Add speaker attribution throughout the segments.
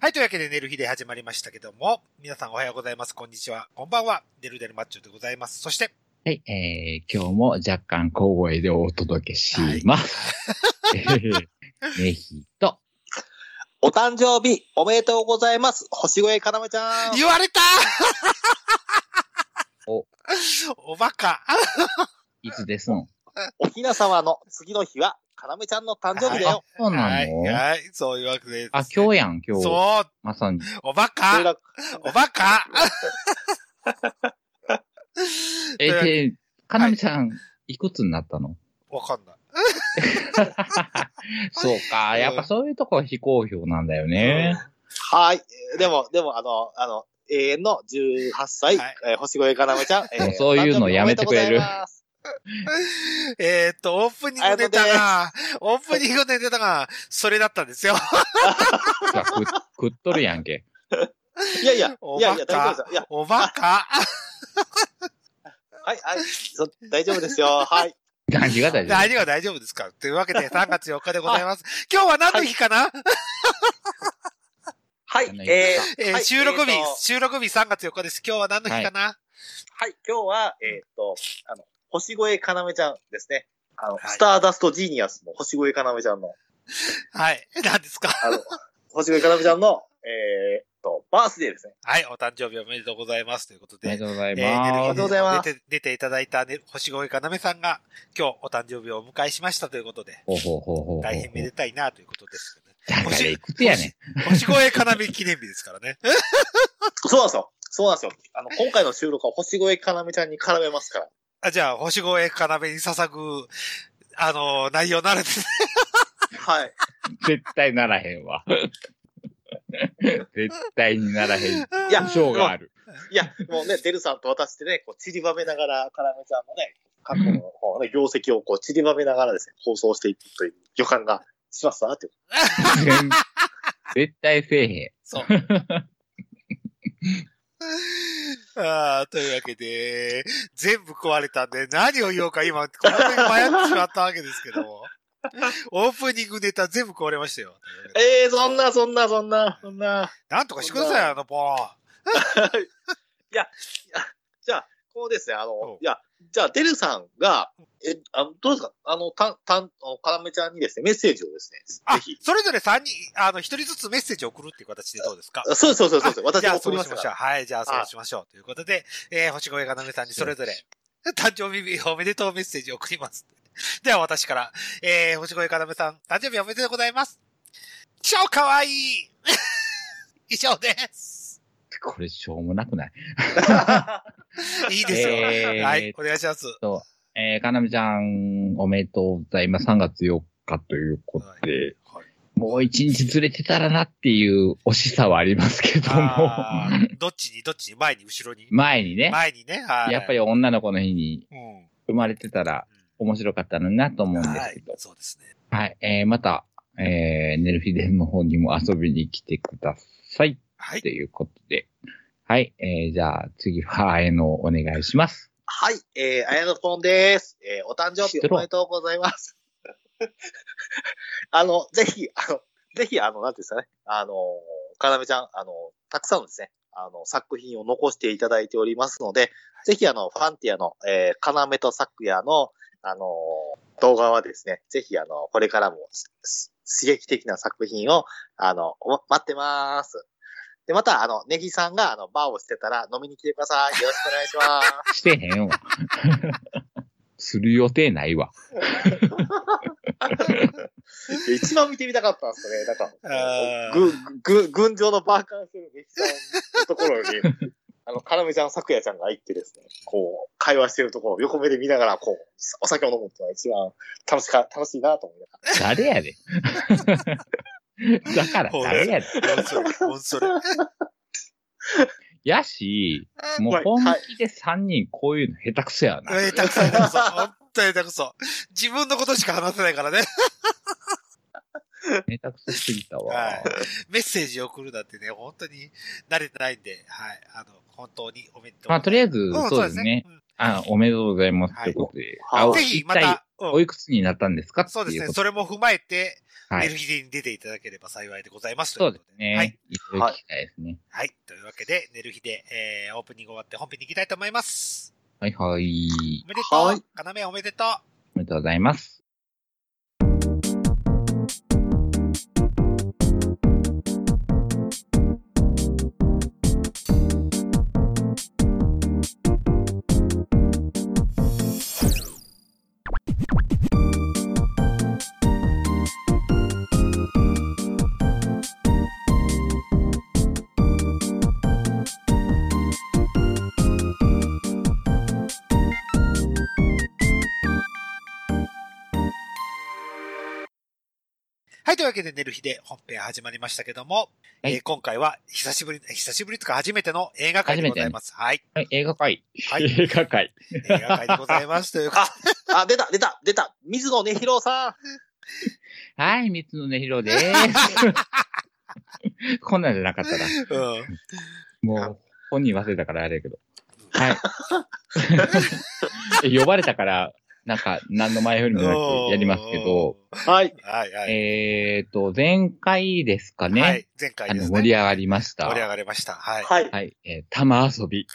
Speaker 1: はい、というわけで、寝る日で始まりましたけども、皆さんおはようございます。こんにちは。こんばんは。デルデルマッチョでございます。そして、
Speaker 2: はい、えー、今日も若干小声でお届けします。 ネヒと、
Speaker 3: お誕生日おめでとうございます。星越かなめちゃん。
Speaker 1: 言われた
Speaker 2: お
Speaker 1: おバカ。
Speaker 2: いつですの
Speaker 3: おひな様の次の日は、かなめちゃんの誕生日だ
Speaker 2: あ
Speaker 3: よ。、
Speaker 2: そうなの、
Speaker 1: はい、はい、そういうわけです。
Speaker 2: あ、今日やん、今日。
Speaker 1: そう、
Speaker 2: まさに。
Speaker 1: おバ
Speaker 3: そ
Speaker 1: カ。
Speaker 3: れだ
Speaker 1: おバカ。
Speaker 2: え
Speaker 1: というわけで
Speaker 2: で、かなみさん、いくつになったの
Speaker 1: わかんない。
Speaker 2: そうか、やっぱそういうとこは非公表なんだよね。
Speaker 3: はい。でも、でも、あの、あの、永遠の18歳、
Speaker 1: はい
Speaker 3: えー星越かなめちゃん。え
Speaker 2: もう そういうのやめてくれる
Speaker 3: お誕生日おめでとうございます
Speaker 1: えーっと、オープニングネタが、オープニングネタが、それだったんですよ。
Speaker 2: いやく食っとるやんけ。
Speaker 3: いやいや、いやい
Speaker 1: おバ
Speaker 3: や、
Speaker 1: カ
Speaker 3: 大丈夫ですよ。いや、
Speaker 1: おバカ。
Speaker 3: はい、はい、そ大丈夫ですよ。はい。
Speaker 2: 何が大丈
Speaker 1: 何 が大丈夫ですかというわけで、3月4日でございます。今日は何の日かな、
Speaker 3: はい
Speaker 2: 夫、
Speaker 3: えー
Speaker 1: えー
Speaker 3: はい
Speaker 1: 収録日、
Speaker 3: えーと
Speaker 1: 収録日3月4日です。今日は何の日かな、
Speaker 3: はい、今日は、えーっと、あの、星越かなめちゃんですね。あの、
Speaker 1: はい
Speaker 3: スターダストジーニアスの星越かなめちゃんの、
Speaker 1: はい。何ですか
Speaker 3: あの、星越かなめちゃんの、えーっと、バースデーですね。
Speaker 1: はい。お誕生日おめでとうございます。ということ
Speaker 2: おめで
Speaker 1: で。
Speaker 2: とうござい
Speaker 1: えー
Speaker 2: ま
Speaker 3: とう
Speaker 2: す。
Speaker 3: ございます
Speaker 1: 出て出ていただいた、ね、星越かなめさんが今日お誕生日をお迎えしましたということで、
Speaker 2: ほうほうほうほうほう。
Speaker 1: 大変めでたいなということですよね。
Speaker 2: だからいくつやねん。
Speaker 1: 星越かなめ記念日ですからね。
Speaker 3: そうなんですよ。そうなんですよ。あの、今回の収録は星越かなめちゃんに絡めますから。
Speaker 1: あじゃあ、星越かなめに捧ぐ、あの内容なるですね。
Speaker 3: はい。
Speaker 2: 絶対ならへん わ。絶対にならへ ん。
Speaker 3: いや
Speaker 2: 保証がある。
Speaker 3: いや、もうね、デルさんと私でね、こう、散りばめながら、かなめちゃんのね、過去のこうね、業績をこう、散りばめながらですね、放送していくという予感がしますなっていう。
Speaker 2: 絶対せえへん。
Speaker 1: そう。ああ、というわけで、全部壊れたんで、何を言おうか今、こんなに迷ってしまったわけですけども。オープニングネタ全部壊れましたよ。
Speaker 3: ええー、そんな、そんな、そんな、そんな。
Speaker 1: なんとかしてください、あの、も
Speaker 3: じゃあ、こうですね、あ
Speaker 1: うん
Speaker 3: の、いや、じゃあ、デルさんが、え、あの、どうですかあの、たん、たん、あのかなめちゃんにですね、メッセージをです
Speaker 1: う。
Speaker 3: ね、
Speaker 1: あ
Speaker 3: ぜひ、。
Speaker 1: それぞれ3人、あの、1人ずつメッセージを送るっていう形でどうですか
Speaker 3: そうですそうですそうです。
Speaker 1: じ
Speaker 3: 私
Speaker 1: ゃ
Speaker 3: も
Speaker 1: あ、そ
Speaker 3: 送り
Speaker 1: う
Speaker 3: ま
Speaker 1: し
Speaker 3: す
Speaker 1: ま
Speaker 3: か
Speaker 1: しょう。
Speaker 3: ら。
Speaker 1: はい、じゃあ、そうしましょう。ということで、えー、星越かなめさんにそれぞれ、 誕生日おめでとうメッセージを送ります。では、私から、えー、星越かなめさん、誕生日おめでとうございます。超かわいい 以上です。
Speaker 2: これ、しょうもなくない。
Speaker 1: いいですよ。
Speaker 2: えー
Speaker 1: はい、お願いします。
Speaker 2: えー、かなみちゃん、おめでとうございます。3月4日ということで、
Speaker 1: はい
Speaker 2: もう1日ずれてたらなっていう惜しさはありますけども、
Speaker 1: あーどっちに、どっちに、前に、後ろに。
Speaker 2: 前にね、
Speaker 1: 前にね、はい。
Speaker 2: やっぱ
Speaker 1: り、
Speaker 2: り女の子の日に
Speaker 1: うん。うん
Speaker 2: 生まれてたら面白かったのになと思うんで
Speaker 1: は
Speaker 2: すけ
Speaker 1: い
Speaker 2: ど、、
Speaker 1: そうですね。
Speaker 2: はい、えー、また、えー、ネルフィデンの方にも遊びに来てください。
Speaker 1: はい
Speaker 2: と。いうことで。はい。えー、じゃあ、次は、あえのお願いします。
Speaker 3: はい、えー、あやのぽんです。えー、お誕生日おめでとうございます。 あの、ぜひ、あの、ぜひ、あの、なんていうんですかね、あの、かなめちゃん、あの、たくさんのですね、あの、作品を残していただいておりますので、ぜひ、あの、ファンティアの、えー、かなめとさくやの、あの、動画はですね、ぜひ、あの、これからも、しし刺激的な作品を、あの、お待ってます。で、また、あの、ネギさんが、あの、バーをしてたら飲みに来てください。よろしくお願いします。
Speaker 2: してへんわ。する予定ないわ。
Speaker 3: 一番見てみたかったんですよね。だから
Speaker 1: あ、ー
Speaker 3: ぐ、ぐ、群青のバーカンする劇団のところに、 あの、カラメちゃん、サクヤちゃんが行ってですね、こう、会話してるところを横目で見ながら、こう、お酒を飲むっていうのが一番楽しか、楽しいなと思いなが
Speaker 2: 誰やで。 だから誰やで。
Speaker 1: ほんそれ、ほんそれ。
Speaker 2: やし、
Speaker 3: ら。
Speaker 2: もう
Speaker 3: 怖い
Speaker 2: 本
Speaker 3: はい。
Speaker 2: 気で3人こういうの下手くそやな。
Speaker 1: えー、たくさん下手くそ。本当に下手くそ。自分のことしか話せないからね。
Speaker 2: 下手くそすぎたわ。
Speaker 1: はいメッセージを送るなんてね、本当に慣れてないんで、はい。あの、本当におめでとう。
Speaker 2: まあ、とりあえ
Speaker 1: う
Speaker 2: ず
Speaker 1: ん、
Speaker 2: そうですね。。
Speaker 1: うん
Speaker 2: あ、おめでとうございます。
Speaker 1: はい
Speaker 2: ということで。
Speaker 3: はい
Speaker 2: あ
Speaker 1: ぜひ、ま。
Speaker 2: 一体
Speaker 1: た、
Speaker 2: お
Speaker 1: う
Speaker 2: い
Speaker 1: ん、
Speaker 2: くつになったんですかってい
Speaker 1: そうですね。
Speaker 2: こと
Speaker 1: それも踏まえて、
Speaker 2: は
Speaker 1: メル
Speaker 2: い。
Speaker 1: ヒデに出ていただければ幸いでございます。
Speaker 2: そうで
Speaker 1: とい
Speaker 2: す
Speaker 1: こと
Speaker 2: ね。
Speaker 1: はい。。
Speaker 2: いろいろ聞きたいですね。
Speaker 1: はい。というわけで、寝る日で、えー、オープニング終わって本編に行きたいと思います。
Speaker 2: はいはい。
Speaker 1: おめで
Speaker 3: は
Speaker 1: と。
Speaker 3: いう
Speaker 1: かなめおめでとう。
Speaker 2: おめでとうございます。
Speaker 1: はい。というわけで、寝る日で本編始まりましたけども、
Speaker 2: はい
Speaker 1: えー今回は久しぶり、久しぶりというか初めての映画会でございます。はい。
Speaker 2: はい、映画会。
Speaker 1: はい。
Speaker 2: 映画会。
Speaker 1: 映画会でございます。というか、
Speaker 3: あ、出た、出た、出た。水野ねひろさん。
Speaker 2: はい、三つのねひ ろです。こんなんじゃなかったら、
Speaker 1: うん。
Speaker 2: もう、本人忘れたからあれやけど。 はい。呼ばれたから、なんか、何の前よりもなくやりますけど、
Speaker 3: はい。
Speaker 1: はいはい。
Speaker 2: えーと、前回ですかね。
Speaker 1: はい。前回
Speaker 2: あ
Speaker 1: で
Speaker 2: の、
Speaker 1: す
Speaker 2: 盛り
Speaker 1: ね。
Speaker 2: 上がりました。
Speaker 1: 盛り上がりました。はい。
Speaker 3: はい。
Speaker 2: はい、えー玉遊び。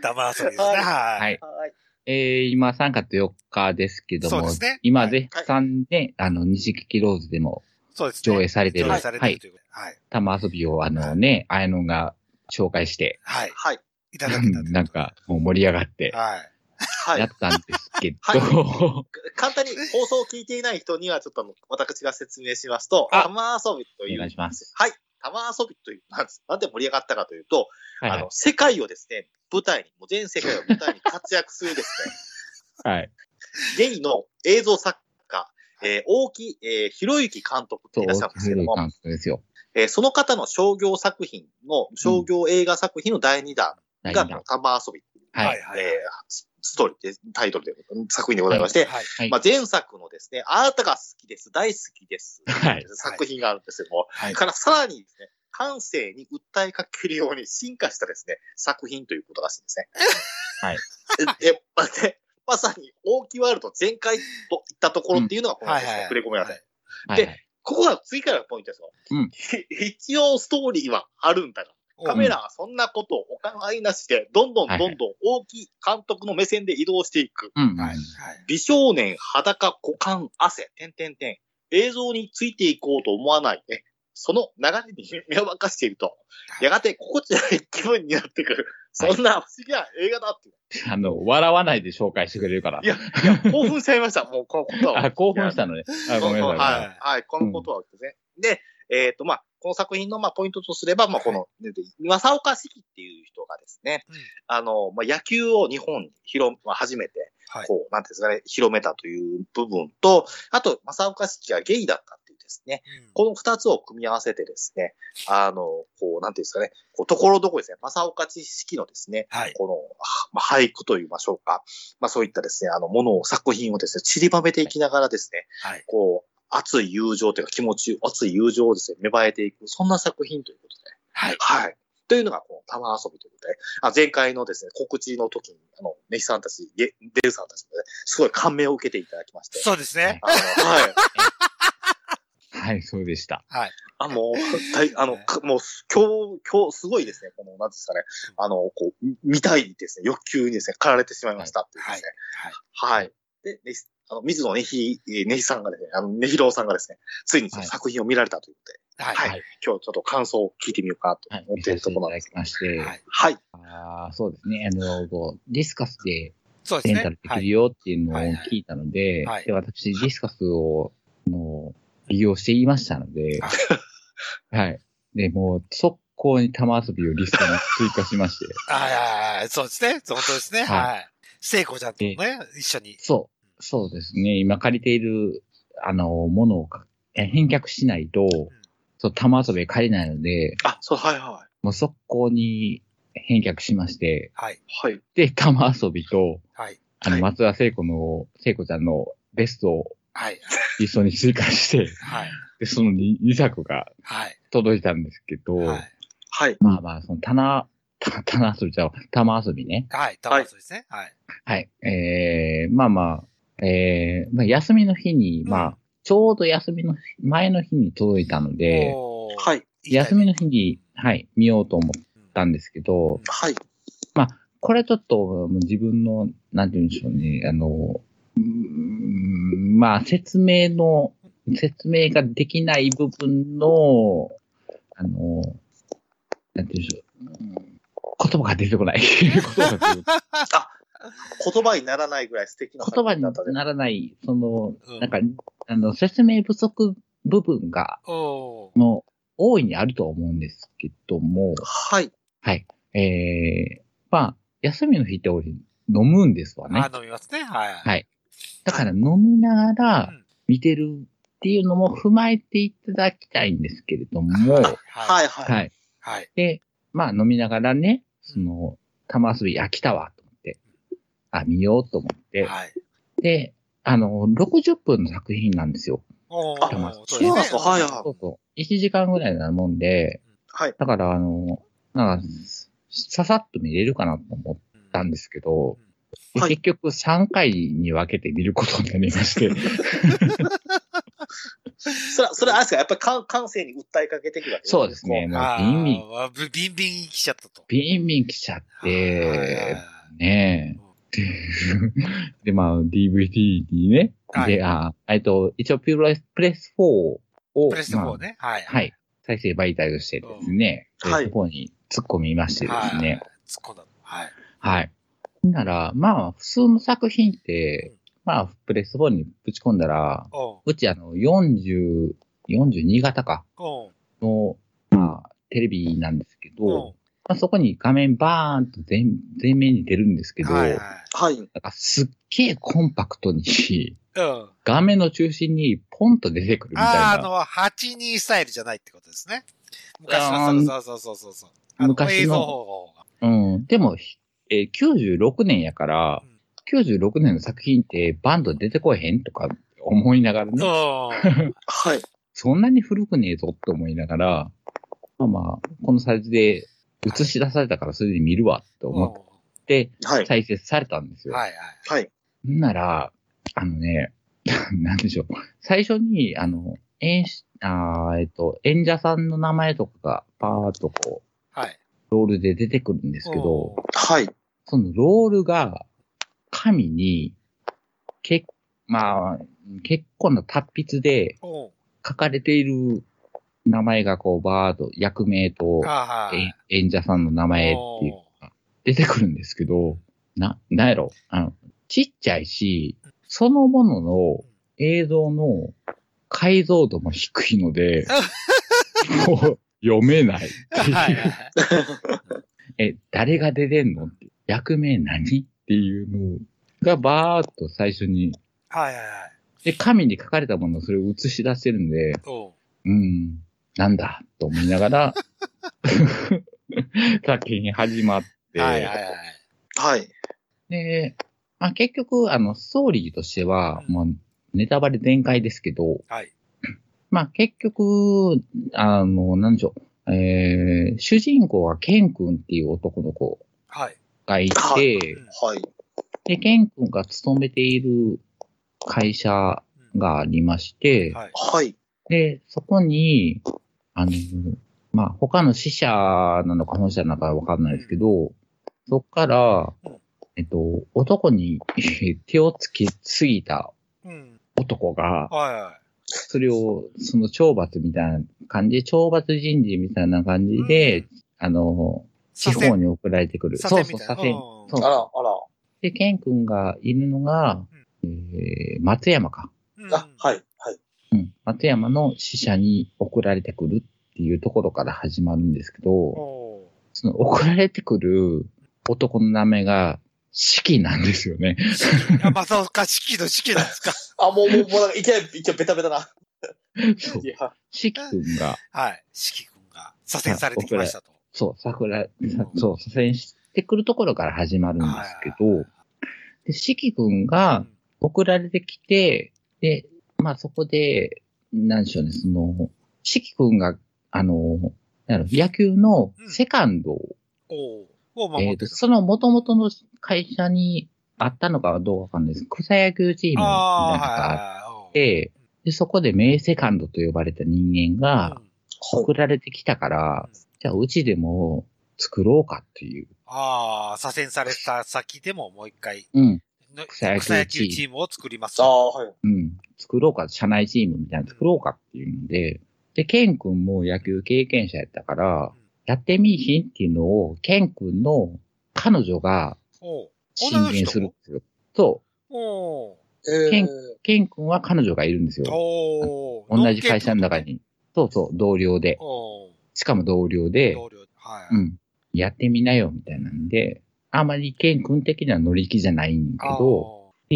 Speaker 1: 玉遊びですね。
Speaker 3: はい
Speaker 1: は。
Speaker 2: はいい。
Speaker 3: はい。
Speaker 2: えー、今3月4日ですけど
Speaker 1: そうで
Speaker 2: も、
Speaker 1: すね
Speaker 2: 今絶賛で、あの、西木ローズでも
Speaker 1: そうですね。
Speaker 2: 上映されてる、
Speaker 1: 上
Speaker 2: は
Speaker 1: 映されてる
Speaker 2: い、
Speaker 1: ということで。はい。
Speaker 2: 玉遊びをあのね、あやのんが紹介して、
Speaker 1: はい。
Speaker 3: はい。
Speaker 1: いただけたということで
Speaker 2: なんか、もう盛り上がって、
Speaker 1: はい。
Speaker 3: は
Speaker 2: やっ
Speaker 3: い。
Speaker 2: たんですけど、
Speaker 3: は簡単に放送を聞いていない人には、ちょっとあの私が説明しますと、
Speaker 2: あ
Speaker 3: 玉遊びとい
Speaker 2: お
Speaker 3: う。
Speaker 2: 願いします。
Speaker 3: はい。玉遊びという、なんですなんで盛り上がったかというと、
Speaker 2: はい、は
Speaker 3: あ
Speaker 2: い
Speaker 3: の、世界をですね、舞台に、もう全世界を舞台に活躍するですね、
Speaker 2: はい。
Speaker 3: ゲイの映像作家、えー大木、えー、博之監督っ
Speaker 2: そ
Speaker 3: て
Speaker 2: う、
Speaker 3: いらっしゃるんですけ
Speaker 2: 古
Speaker 3: ど
Speaker 2: い
Speaker 3: も、
Speaker 2: 感覚ですよ。
Speaker 3: えーその方の商業作品の、商業映画作品の第2弾
Speaker 2: 大
Speaker 3: が、
Speaker 2: 事な
Speaker 3: 玉遊び、
Speaker 2: はい。
Speaker 1: はい。
Speaker 3: えースストーリーで、タイトルで、作品でございまして、
Speaker 1: はい。
Speaker 2: はい
Speaker 3: まあ、前作のですね、あなたが好きです、大好きです、
Speaker 2: はい
Speaker 3: 作品があるんですけども、
Speaker 1: はい
Speaker 3: からさらにですね、感性に訴えかけるように進化したですね、作品ということらしいん ですね。
Speaker 2: はい
Speaker 3: で。まあで、まさに、大木ワールド全開といったところっていうのが、この
Speaker 1: は
Speaker 3: 触
Speaker 1: いはいはい
Speaker 3: れ込みなんですね。
Speaker 2: はい
Speaker 3: で
Speaker 2: はい
Speaker 3: ここが次からのポイントですよ。
Speaker 2: うん
Speaker 3: ひ 一応ストーリーはあるんだが、カメラはそんなことをお構いなしで、どんどんどんどん大木監督の目線で移動していく。
Speaker 2: うんうん。
Speaker 1: はい。
Speaker 3: 美少年、裸、股間、汗、点点点。映像についていこうと思わないね。その流れに目を任せていると、やがて心地よい気分になってくる。そんな不思議な映画だっていう。
Speaker 2: あの、笑わないで紹介してくれるから
Speaker 3: い。や、いや、興奮しちゃいました。も う、このことは。
Speaker 2: あ、興奮したのね。あ、ごめんな
Speaker 3: は
Speaker 2: さ
Speaker 1: い
Speaker 2: い。
Speaker 3: い。はい、このことはですね。で、えっ、と、まあ、この作品の、まあ、ポイントとすれば、まあ、この、ね、正岡四季っていう人がですね、
Speaker 1: うん
Speaker 3: あの、まあ、野球を日本に広、まあ、初めて、
Speaker 1: はい。
Speaker 3: こう、なんていうんですかね、広めたという部分と、あと、正岡四季がゲイだったっていうですね、この二つを組み合わせてですね、あの、こう、なんていうんですかね、こうところどころですね、正岡知識のですね、
Speaker 1: はい。
Speaker 3: この、はまあ、俳句と言いましょうか、まあ、そういったですね、あの、ものを、作品をですね、散りばめていきながらですね、
Speaker 1: はい。
Speaker 3: こう、熱い友情というか気持ち、熱い友情をですね、芽生えていく、そんな作品ということで。
Speaker 1: はい。
Speaker 3: はい。というのが、この玉遊びということで、あ前回のですね、告知の時に、あの、ネヒさんたち、ゲデルさんたちもね、すごい感銘を受けていただきまして。
Speaker 1: そうですね。
Speaker 3: あのはい。
Speaker 2: はい、そうでした。
Speaker 1: はい。
Speaker 3: あ、もう、大あの、かもう、今日、今日、すごいですね、この、なんていうんですかね、あの、こう、み見たいですね、欲求にですね、駆られてしまいましたっていうですね。
Speaker 1: はい。
Speaker 3: はい。で、ね、あの、水野ねひ、えーねひさんがですね、あの、ねひろうさんがですね、ついにその
Speaker 2: はい
Speaker 3: 作品を見られたということで、
Speaker 1: はい。
Speaker 3: はい
Speaker 1: はい。
Speaker 3: 今日ちょっと感想を聞いてみようかなと
Speaker 2: はい。
Speaker 3: 思
Speaker 2: 見
Speaker 3: ってい
Speaker 2: さ
Speaker 3: る
Speaker 2: せて
Speaker 3: と
Speaker 2: い
Speaker 3: ころ
Speaker 2: ただ
Speaker 3: なんです。
Speaker 2: きまして。
Speaker 1: はい
Speaker 3: はい。
Speaker 2: あーそうですね。あの、こう、ディスカスで
Speaker 1: そうで
Speaker 2: レ
Speaker 1: すね。
Speaker 2: ンタルで
Speaker 1: は
Speaker 2: きる
Speaker 1: い。
Speaker 2: よっていうのを
Speaker 1: はいはい
Speaker 2: 聞いたので、
Speaker 1: はい
Speaker 2: で私、ディスカスを、もう、利用していましたので、
Speaker 1: は
Speaker 2: はい。で、もう、速攻に玉遊びをリストに追加しまして、
Speaker 1: はいはい。そうですね。本当ですね。
Speaker 2: はい
Speaker 1: はい。聖子ちゃんとね、一緒に。
Speaker 2: そう、そうですね。今借りている、あの、ものをかえ返却しないと、そう、玉遊び借りないので、
Speaker 3: あ、そう、はいは
Speaker 2: もう速攻に返却しまして、
Speaker 1: はい。
Speaker 3: い。はい。
Speaker 2: で、玉遊びと、
Speaker 1: はい。
Speaker 2: あの、
Speaker 3: はい
Speaker 2: 松田聖子の、聖子ちゃんのベストを
Speaker 1: はい。
Speaker 2: リストに追加して、
Speaker 1: はい。
Speaker 2: で、その 2, 作が
Speaker 1: はい。
Speaker 2: 届いたんですけど、
Speaker 1: はい。
Speaker 3: はい。
Speaker 2: まあまあ、その棚、 た棚遊びちゃう、玉遊びね。
Speaker 1: はい、玉遊びですね。はい。
Speaker 2: はい。えー、まあまあ、えー、まあ、休みの日に、
Speaker 1: うん
Speaker 2: まあ、ちょうど休みの日前の日に届いたので、
Speaker 1: おー
Speaker 3: はい。
Speaker 2: 休みの日に、はい、見ようと思っ
Speaker 1: うん
Speaker 2: たんですけど、
Speaker 3: はい。
Speaker 2: これちょっともう自分の、なんて言うんでしょうね、あの、うーんまあ、説明の、説明ができない部分の、あの、なんて言うんでしょう、うん言葉が出てこない。言葉が出てこない
Speaker 3: 言葉にならないぐらい素敵な
Speaker 2: 言葉に
Speaker 3: だったね。
Speaker 2: ならない、その
Speaker 1: うん、
Speaker 2: なんか、あの、説明不足部分が、
Speaker 1: おー
Speaker 2: もう、大いにあると思うんですけども、
Speaker 3: はい。
Speaker 2: ええまあ、休みの日って俺、飲むんですわね
Speaker 1: あ。飲みますね。はい。
Speaker 2: はいだから飲みながら
Speaker 1: うん
Speaker 2: 見てるっていうのも踏まえていただきたいんですけれども、
Speaker 1: は。
Speaker 3: はいいはい。
Speaker 2: はい。
Speaker 1: はい。
Speaker 2: で、まあ飲みながらね、その、玉遊び、あ、来たわ、と思って、あ、見ようと思って、
Speaker 1: はい。
Speaker 2: で、あの、60分の作品なんですよ。
Speaker 1: お
Speaker 3: あ
Speaker 1: ー
Speaker 3: そう
Speaker 2: なんです
Speaker 3: かはいはい
Speaker 2: そうそう。1時間ぐらいなもんで、
Speaker 3: はい。
Speaker 2: だからあの、なんか、ささっと見れるかなと思ったんですけど、で
Speaker 3: はい
Speaker 2: 結局3回に分けて見ることになりま して、
Speaker 3: それ、それあれですかやっぱり感感性に訴えかけてくるわけ
Speaker 2: そうですね、もう
Speaker 1: あ
Speaker 2: ビンビン
Speaker 1: ーぶビンビン来ちゃったと。
Speaker 2: ビンビン来ちゃっ
Speaker 1: はいはいはい
Speaker 2: て、ねえ。 で、まあ、DVD にね。
Speaker 1: はい
Speaker 2: で、あ、えっと、一応、プレス、プレス4を、
Speaker 1: プレステ
Speaker 2: ま
Speaker 1: 4
Speaker 2: あ
Speaker 1: ね。はい。
Speaker 2: はい。再生媒体としてですね、
Speaker 3: うん
Speaker 2: プレス4に突っ込みましてで
Speaker 1: はい。
Speaker 2: すね。
Speaker 1: 突っ込んだの。はい。
Speaker 2: はい。なら、まあ、普通の作品って
Speaker 1: うん、
Speaker 2: まあ、プレス4にぶち込んだら、
Speaker 1: おう
Speaker 2: うちあの、40、42型か、
Speaker 1: おう
Speaker 2: の、まあ、テレビなんですけ
Speaker 1: お
Speaker 2: ど、まあ、そこに画面バーンと全全面に出るんですけ
Speaker 1: う
Speaker 2: ど、
Speaker 1: はいはい。
Speaker 3: はい。
Speaker 2: なんかすっげえコンパクトに
Speaker 1: うん。
Speaker 2: 画面の中心にポンと出てくるみたい
Speaker 1: ああ、あ
Speaker 2: な。
Speaker 1: の、82スタイルじゃないってことですね。昔の、そうそうそうそうそう。あ
Speaker 2: 昔の
Speaker 1: 映像方法が。
Speaker 2: うん。でも、ひえー96年やから、96年の作品ってバンド出てこへんとか思いながらね、
Speaker 1: うん。
Speaker 3: はい。
Speaker 2: そんなに古くねえぞって思いながら、まあまあ、このサイズで映し出されたからそれで見るわって 思って
Speaker 3: はい。
Speaker 2: 再生されたんですよ。
Speaker 1: はいはい。
Speaker 3: はい。
Speaker 2: んなら、あのね、 なんでしょう。最初に、あの、演出、あーえっと、演者さんの名前とかが、パーッとこ
Speaker 1: はい。
Speaker 2: う、ロールで出てくるんですけど
Speaker 1: お、う
Speaker 3: はい。
Speaker 2: そのロールが、紙に、け、まあ、結構な達筆で
Speaker 1: おう
Speaker 2: 書かれている名前がこう、バーッと、役名と、
Speaker 1: あーは
Speaker 2: え
Speaker 1: い。
Speaker 2: 演者さんの名前っていう
Speaker 1: おう
Speaker 2: 出てくるんですけど、な、なんやろ、あの、ちっちゃいし、そのものの映像の解像度も低いので、もう読めないっていう
Speaker 1: はいはい。
Speaker 2: え、誰が出てんのって、役名何っていうのがバーっと最初に、
Speaker 1: はいはいはい。
Speaker 2: で、紙に書かれたものをそれを映し出してるんで、
Speaker 1: おう
Speaker 2: うん、なんだ、と思いながら、 作品始まって、
Speaker 1: はいはいはい。
Speaker 3: はい。
Speaker 2: で、まあ、結局、あの、ストーリーとしては、
Speaker 1: うん
Speaker 2: まあ、ネタバレ全開ですけど、
Speaker 1: はい。
Speaker 2: まあ、結局、あの、なんでしょう、えー、主人公はケン君っていう男の子
Speaker 1: はい。
Speaker 2: がい
Speaker 3: は
Speaker 2: て、
Speaker 3: はい。
Speaker 2: で、ケン君が勤めている会社
Speaker 1: うん
Speaker 2: がありまして、
Speaker 1: はい。
Speaker 3: はい。
Speaker 2: で、そこに、あの、まあ、他の死者なのか本社なのかわかんないですけど、そっから
Speaker 1: うん、
Speaker 2: えっと、男に 手をつけすぎた
Speaker 1: うん。
Speaker 2: 男が、
Speaker 1: はいはい。
Speaker 2: それを、その懲罰みたいな感じで、懲罰人事みたいな感じで、
Speaker 1: うん
Speaker 2: あの、地
Speaker 1: 左遷
Speaker 2: 方に送られてくる。
Speaker 1: 左
Speaker 2: そう
Speaker 1: 遷み
Speaker 2: そう、
Speaker 1: たい
Speaker 2: 左
Speaker 1: な。
Speaker 2: 遷。
Speaker 1: うん
Speaker 2: そう
Speaker 3: あら、あら。
Speaker 2: で、ケン君がいるのが、えー松山か。
Speaker 1: うん
Speaker 3: あ、はい。はい。
Speaker 2: うん、松山の死者に送られてくるっていうところから始まるんですけど、
Speaker 1: おう
Speaker 2: その送られてくる男の名前が四季なんです よね。
Speaker 1: あ、まさか式の式なんです か
Speaker 3: あ、もう、もう、もうなんか、いきなり、いきなりベタベタな。
Speaker 2: そう
Speaker 3: いや、
Speaker 2: 四季くんが、
Speaker 1: はい。式君が左遷されてきましたと。
Speaker 2: そう、桜、さそう、左遷してくるところから始まるんですけど、で四季くん
Speaker 1: う
Speaker 2: が
Speaker 1: ん
Speaker 2: 送られてきて、で、まあそこで、なんでしょうね、その、四季くんが、あの、なんやろ野球のセカンドを
Speaker 1: おうを守
Speaker 2: え
Speaker 1: っ
Speaker 2: ってと、
Speaker 1: る。
Speaker 2: その元々の会社にあったのかはどうかわかんないです。草野球チームみたいなの
Speaker 1: ああ、
Speaker 2: があ
Speaker 1: は
Speaker 2: っ
Speaker 1: いはいはい。
Speaker 2: て、で、そこで名セカンドと呼ばれた人間
Speaker 1: あ
Speaker 2: が
Speaker 3: ほう
Speaker 2: 送られてきたから、じゃあうちでも作ろうかっていう。
Speaker 1: あー、左遷された先でももう一回、
Speaker 2: うん。
Speaker 1: の
Speaker 2: 草野球チーム
Speaker 1: 草野球チームを作ります
Speaker 3: あ。あ、はい。
Speaker 2: うん。作ろうか、社内チームみたいなの作ろうかっていうので、で、ケン君も野球経験者やったから
Speaker 1: うん、
Speaker 2: やってみいひんっていうのを、ケン君の彼女が
Speaker 1: おう女の
Speaker 2: 進言
Speaker 1: 人
Speaker 2: するんですよ。そ
Speaker 1: おう
Speaker 3: え
Speaker 2: ケン
Speaker 3: ー
Speaker 2: う。ケン君は彼女がいるんですよ。
Speaker 1: おう
Speaker 2: 同じ会社の中。に。そうそう、同僚で。
Speaker 1: おう
Speaker 2: しかも同僚で、
Speaker 1: 同僚。は
Speaker 2: う
Speaker 1: い。
Speaker 2: ん。やってみなよ、みたいなんで、あまりケン君的には乗り気じゃないんだけど、
Speaker 1: おう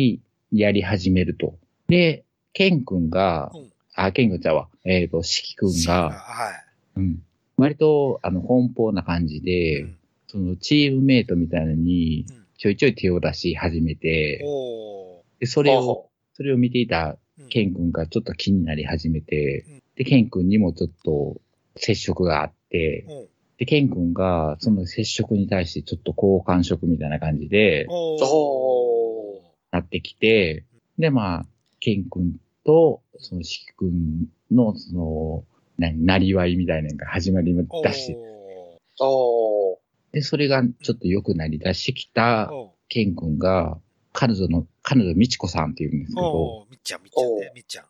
Speaker 2: やり始めると。で、ケン君が
Speaker 1: うん、
Speaker 2: あ、ケン君ちゃうわ。えっと、シキ君が、
Speaker 1: はい。
Speaker 2: うん。割と、あの、奔放な感じで、
Speaker 1: うん
Speaker 2: その、チームメイトみたいなのに
Speaker 1: うん、
Speaker 2: ちょいちょい手を出し始めて、
Speaker 1: おう
Speaker 2: で、それを、それを見ていた
Speaker 1: うん
Speaker 2: ケン君がちょっと気になり始めて
Speaker 1: うん、
Speaker 2: で、ケン君にもちょっと接触があって、
Speaker 1: おう
Speaker 2: で、ケン君がその接触に対してちょっと好感触みたいな感じで、
Speaker 1: おう
Speaker 3: おう
Speaker 2: なってきて、で、まあ、ケン君と、その、シキ君の、その、な、なりわいみたいなのが始まり
Speaker 1: おう
Speaker 2: だして、
Speaker 3: おー
Speaker 2: で、それがちょっと良くなりだしてきた、
Speaker 1: おう
Speaker 2: ケン君が、彼女の、彼女、みちこさんって言うんですけど、
Speaker 1: おうみっちゃん、みっちゃんね、みっちゃん。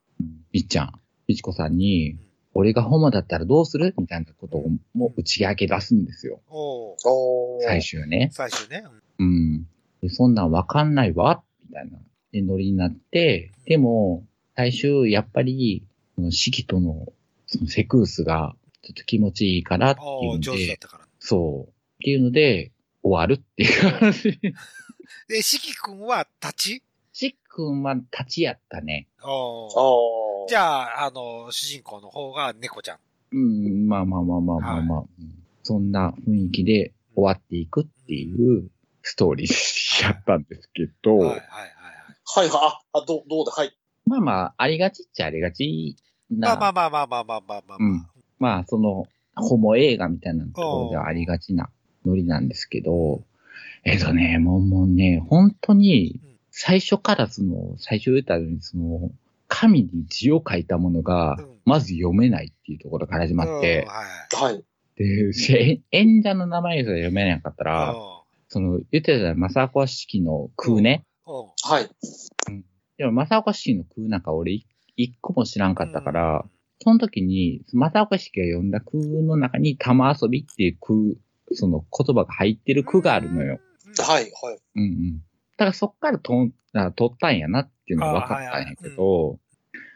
Speaker 2: みっちゃん、みちこさんに
Speaker 1: うん、
Speaker 2: 俺がホモだったらどうするみたいなことをもう打ち明け出すんですよ。
Speaker 1: おう
Speaker 3: おー
Speaker 2: 最終ね。
Speaker 1: 最終ね。うん
Speaker 2: うん。でそんなんわかんないわ、みたいな、でノリになって、でも、最終、やっぱり、その四季との、そのセクースが、ちょっと気持ちいいからってい
Speaker 1: お
Speaker 2: う
Speaker 1: う
Speaker 2: の
Speaker 1: 上手だっ
Speaker 2: で、
Speaker 1: たから。
Speaker 2: そう。っていうので、終わるっていう話。
Speaker 1: で、しきくんは立ち
Speaker 2: シックンは立ちやったね。
Speaker 1: おう
Speaker 3: おー
Speaker 1: じゃあ、あの、主人公の方が猫ちゃん。
Speaker 2: うん、まあまあまあまあまあまあ、うんそんな雰囲気で終わっていくっていうストーリーやったんですけ
Speaker 1: は
Speaker 2: ど、
Speaker 1: いはいはいはい。
Speaker 3: はいはい。あ、あどう、どうだ、はい。
Speaker 2: まあまあ、ありがちっちゃありがち
Speaker 1: ま
Speaker 2: な、
Speaker 1: あまあまあまあまあまあまあまあ。
Speaker 2: うんまあ、その、ホモ映画みたいなところではありがちなノリなんですけど、えっとね、もうもうね、本当に
Speaker 1: うん、
Speaker 2: 最初からその、最初言ったように、その、神に字を書いたものが
Speaker 1: うん、
Speaker 2: まず読めないっていうところから始まっ
Speaker 1: う
Speaker 2: て
Speaker 1: ん、はい。
Speaker 3: はい。
Speaker 2: で、し演者の名前が読めなかったら、
Speaker 1: あ
Speaker 2: その、言ってたじゃない、正岡式の空ね。
Speaker 3: はい。
Speaker 2: でも、正岡式の空なんか俺い、一個も知らんかったから、、その時に、正岡式が読んだ空の中に玉遊びっていう空、その言葉が入ってる空があるのよ。
Speaker 1: い。
Speaker 3: はい、はい。
Speaker 2: うんうん。だからそっからとんあ取ったんやなっていうのが分かったんやけど、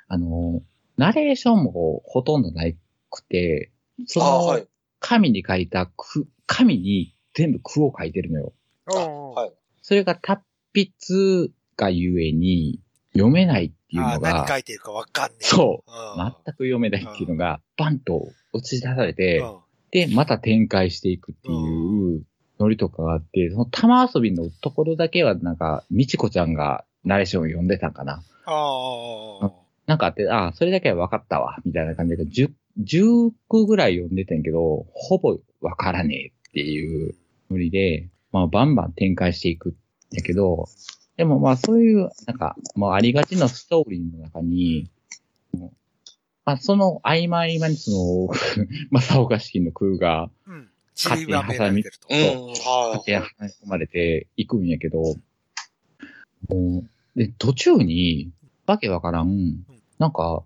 Speaker 2: あの、ナレーションもほとんどなくて、そ
Speaker 3: あーは
Speaker 2: の
Speaker 3: い。
Speaker 2: 紙に書いた空、紙に全部空を書いてるのよ。
Speaker 1: は。
Speaker 3: はいい
Speaker 2: それが達筆がゆえに読めないっていう
Speaker 1: あ
Speaker 2: の
Speaker 1: ー何書
Speaker 2: が、
Speaker 1: いてるかわかんねえ。
Speaker 2: そうう、
Speaker 1: ん。
Speaker 2: 全く読めないっていうのが、バンと落ち出されて、
Speaker 1: うん
Speaker 2: で、また展開していくっていうノリとかがあって、その玉遊びのところだけはなんか、みちこちゃんがナレーションを読んでたんかな。
Speaker 1: あー
Speaker 2: なんかあって、ああ、それだけは分かったわ、みたいな感じで、10、10個ぐらい読んでたんやけど、ほぼ分からねえっていうノリで、まあ、バンバン展開していくんだけど、でもまあ、そういう、なんか、まあ、ありがちなストーリーの中に、まあ、その合間合間にその、 正岡式の空が、
Speaker 1: うん。ちりばめられてると。
Speaker 3: う
Speaker 2: に
Speaker 3: ん、は
Speaker 2: で、話し込まれていくんやけど、もう、で、途中に、わけわからん、なんか、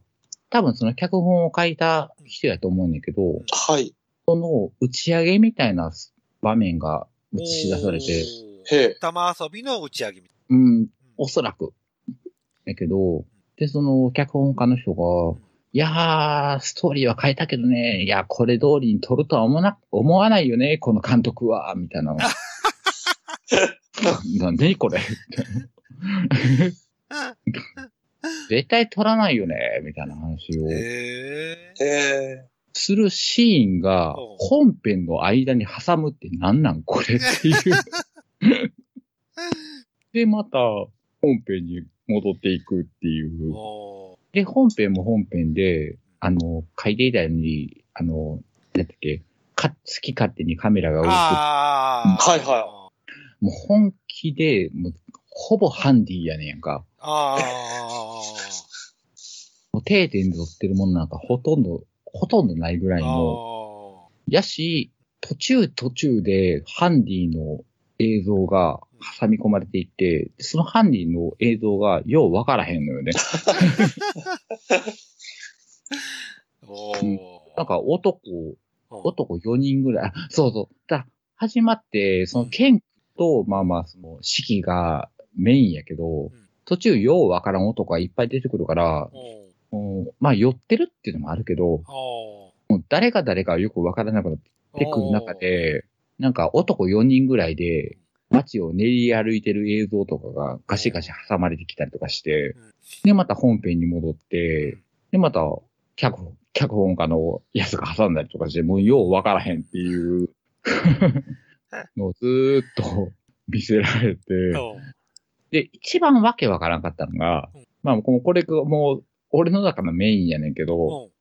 Speaker 2: 多分その脚本を書いた人やと思うんやけど、
Speaker 3: い。はい。
Speaker 2: その打ち上げみたいな場面が映し出されて、
Speaker 3: へえ。
Speaker 1: 玉遊びの打ち上げみたい
Speaker 2: うん、
Speaker 1: な。
Speaker 2: おそらく。やけど、で、その脚本家の人が、いやー、ストーリーは変えたけどね、いや、これ通りに撮るとは思わな、思わないよね、この監督は、みたいな。 な何これ
Speaker 1: う
Speaker 2: 絶対撮らないよね、みたいな話を
Speaker 1: んへえ。
Speaker 3: へえ。
Speaker 2: するシーン
Speaker 1: うん
Speaker 2: が本編の間に挟むってなんなんこれっていう。 で、また本編に戻っていくっていう。
Speaker 1: おー
Speaker 2: で、本編も本編で、あの、書いていたように、あの、なんだっけ、か、好き勝手にカメラが動く。
Speaker 1: ああ。
Speaker 3: はいは
Speaker 2: もう本気で、もう、ほぼハンディやねんやんか。
Speaker 1: ああ。
Speaker 2: もう定点で撮ってるものなんかほとんど、ほとんどないぐらいの。
Speaker 1: あ
Speaker 2: やし、途中途中でハンディの映像が挟み込まれていって、そのハンディの映像がようわからへんのよね。
Speaker 1: あ。おー
Speaker 2: なんか男、
Speaker 1: うん
Speaker 2: 男4人ぐらい、あそうそう。だ始まって、その剣と、まあまあ、その、式がメインやけど、
Speaker 1: ん
Speaker 2: 途中ようわからん男がいっぱい出てくるから、
Speaker 1: おー
Speaker 2: うんまあ寄ってるっていうのもあるけど、
Speaker 1: お
Speaker 2: もう誰が誰かよくわからなくなっ
Speaker 1: ー
Speaker 2: てくる中、で、なんか男4人ぐらいで、街を練り歩いてる映像とかがガシガシ挟まれてきたりとかし
Speaker 1: う
Speaker 2: て
Speaker 1: ん、
Speaker 2: で、また本編に戻って、で、また脚本、脚本家のやつが挟んだりとかして、もうようわからへんっていう のをずーっと見せられて、
Speaker 1: おー
Speaker 2: で、一番わけわからんかったのが
Speaker 1: うん、
Speaker 2: まあ、このこれがもう、俺の中のメインやねんけど、
Speaker 1: おー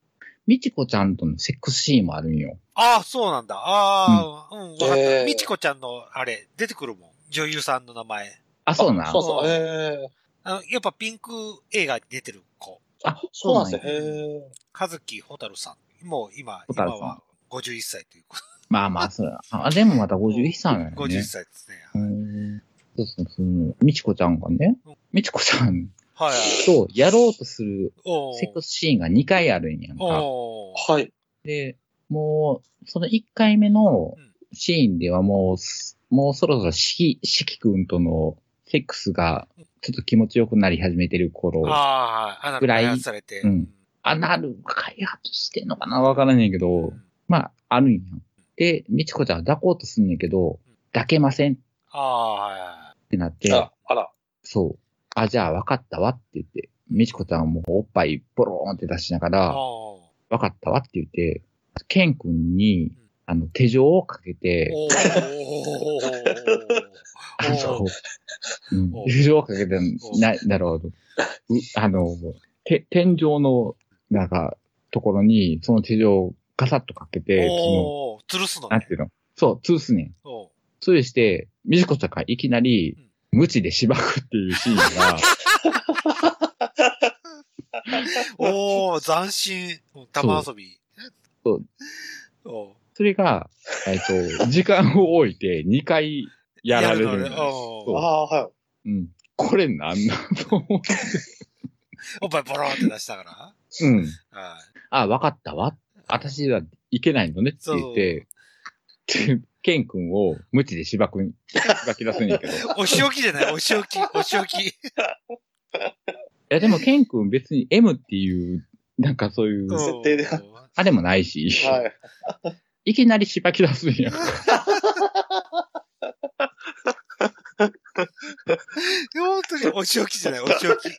Speaker 2: みちこちゃんとのセックスシーンもあるんよ。
Speaker 1: ああ、そうなんだ。ああ、うん、わかっ
Speaker 3: え
Speaker 1: た。
Speaker 3: ー。
Speaker 1: みちこちゃんの、あれ、出てくるもん。女優さんの名前。
Speaker 2: あ、そうないん
Speaker 3: そうそう。へえ。
Speaker 1: あの、やっぱピンク映画に出てる子。
Speaker 2: あ、
Speaker 3: そうなんですよ。
Speaker 2: や
Speaker 3: へえ。
Speaker 1: 和樹ほたるさん。もう今、
Speaker 2: ほた
Speaker 1: 今
Speaker 2: るさん
Speaker 1: は51歳ということ。
Speaker 2: まあまあ、そうだ。あ、でもまた51歳なんやね。
Speaker 1: 51歳ですね。
Speaker 2: うんそうそうそう。みちこちゃんがね
Speaker 1: うん、
Speaker 2: みちこちゃん
Speaker 1: はい。
Speaker 2: とやろうとする
Speaker 1: おー
Speaker 2: セックスシーンが2回あるんやんか。
Speaker 1: おー
Speaker 3: はい。
Speaker 2: で、もう、その1回目の
Speaker 1: うん
Speaker 2: シーンではもうす、もうそろそろしき、しきくんとのセックスがちょっと気持ちよくなり始めてる頃、
Speaker 1: ああ、はい。アナル
Speaker 2: ぐらい
Speaker 1: 開発されて。
Speaker 2: うんアナル開発してんのかなわからんねんけ
Speaker 1: う
Speaker 2: ど、
Speaker 1: ん
Speaker 2: まあ、あるんやん。で、みちこちゃんは抱こうとすんねんけど
Speaker 1: うん、
Speaker 2: 抱けませんっ
Speaker 1: ああ、はいは
Speaker 2: てなっ
Speaker 3: あ
Speaker 2: て、
Speaker 3: ら、あら。
Speaker 2: そう。あ、じゃあ分かったわって言って、みちこちゃんはもうおっぱいボローンって出しなが
Speaker 1: い。
Speaker 2: ら、
Speaker 1: お
Speaker 2: 分かったわって言って、ケン君に
Speaker 1: うん、
Speaker 2: あの、手錠をかけ
Speaker 1: ー
Speaker 2: て、
Speaker 1: おー
Speaker 2: あの
Speaker 1: おー、
Speaker 2: うん
Speaker 1: お
Speaker 2: 手錠をかけて、
Speaker 1: お
Speaker 2: な、なるほど。うあの、て、天井の、なんか、ところに、その手錠をガサッとかけて、そ
Speaker 1: おー吊るすの
Speaker 2: の、な
Speaker 1: ね
Speaker 2: ん。ていうのそう、通すねん。
Speaker 1: おー
Speaker 2: 通して、みちこちゃんがいきなり
Speaker 1: うん、
Speaker 2: 無知でしばくっていうシーンが、
Speaker 1: おー斬新。うん玉遊び。
Speaker 2: そう
Speaker 1: おー
Speaker 2: それが、えっと、時間を置いて2回やられるん
Speaker 1: やるの
Speaker 2: だ
Speaker 1: ね
Speaker 2: よ。
Speaker 1: お
Speaker 3: あ
Speaker 1: ー
Speaker 2: そう
Speaker 3: あ、はい。
Speaker 2: うん。これなんだと思って。
Speaker 1: おっぱいボローンって出したから。
Speaker 2: うん。
Speaker 1: は
Speaker 2: あ、わかったわ。私はいけないのねって言って、でケン君を無知でしばくん、しばき出すんやけど。い
Speaker 1: い。お仕置きじゃないお仕置き。お仕置き。
Speaker 2: や、でもケン君別に M っていう、なんかそういう、
Speaker 3: 設定で
Speaker 1: うん
Speaker 2: あれもないし、
Speaker 3: はい。
Speaker 2: い、きなりしばき出すんや。
Speaker 1: いや本当にお仕置きじゃないお仕置き。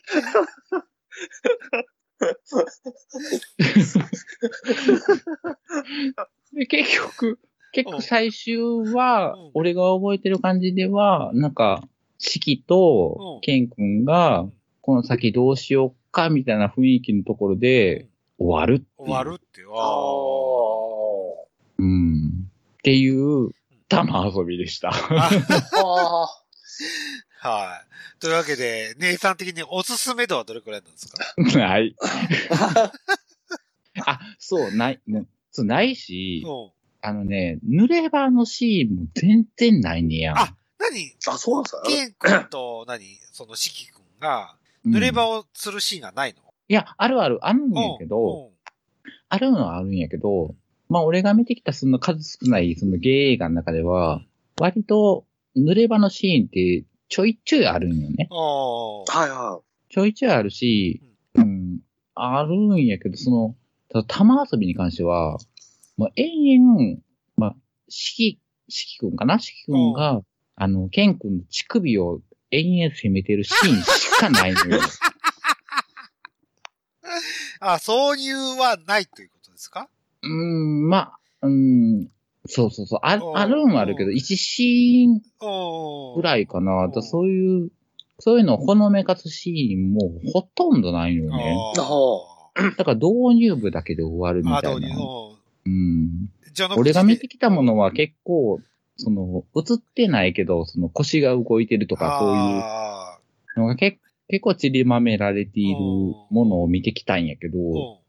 Speaker 2: で、結局、結
Speaker 1: うん
Speaker 2: 局最終
Speaker 1: う
Speaker 2: は
Speaker 1: ん、
Speaker 2: 俺が覚えてる感じでは、なんか、四季と
Speaker 1: うん
Speaker 2: ケン君
Speaker 1: う
Speaker 2: が
Speaker 1: ん、
Speaker 2: この先どうしようかみたいな雰囲気のところで、終わるっていう
Speaker 1: 終わるってよ。
Speaker 3: ああ。
Speaker 2: うん。っていう、玉遊びでした。
Speaker 3: ああ。
Speaker 1: はい。というわけで、姉さん的におすすめ度はどれくらいなんですか
Speaker 2: ない。あ、そう、ない、ねそう、ないし、
Speaker 1: うん。
Speaker 2: あのね、濡れ場のシーンも全然ないねやん。
Speaker 1: あ何
Speaker 3: あ、そうなんですか
Speaker 1: ケン君と何そのシキ君が、
Speaker 2: うん
Speaker 1: 濡れ場をするシーンがないの、
Speaker 2: いや、あるある、あるん
Speaker 1: うん、
Speaker 2: やけど、
Speaker 1: うん
Speaker 2: あるのはあるんやけど、まあ俺が見てきたその数少ないそのゲイ映画の中で
Speaker 1: う
Speaker 2: は
Speaker 1: ん、
Speaker 2: 割と濡れ場のシーンってちょいちょいあるんよね。
Speaker 1: おー
Speaker 3: はいは
Speaker 2: ちょいちょいあるし、うん、あるんやけど、その、ただ玉遊びに関しては、まあ延々、まあ、四季、四季くんかな四季くんが、あの、ケンくんの乳首を延々攻めてるシーンしかないの よ。
Speaker 1: あ、挿入はないということですか
Speaker 2: うーん、まあ、うーん、そうそうそう、あ
Speaker 1: おう
Speaker 2: あるんはあるけど、一シーン
Speaker 1: お
Speaker 2: ぐらいか
Speaker 1: う
Speaker 2: な。
Speaker 1: ん
Speaker 2: だからそういう、そういうのをほのめかすシーンもほとんどないのよね。
Speaker 1: あ
Speaker 3: あ
Speaker 1: ー
Speaker 2: だから導入部だけで終わるみ
Speaker 1: あ、
Speaker 2: た
Speaker 1: どう
Speaker 2: い
Speaker 1: に
Speaker 2: な。
Speaker 1: も。
Speaker 2: うん。
Speaker 1: 序の口で
Speaker 2: 俺が見てきたものは結構、その、映ってないけど、その腰が動いてるとか、そういう
Speaker 1: あ
Speaker 2: のが結結構散りまめられているものを見てきたんやけ
Speaker 1: ー
Speaker 2: ど、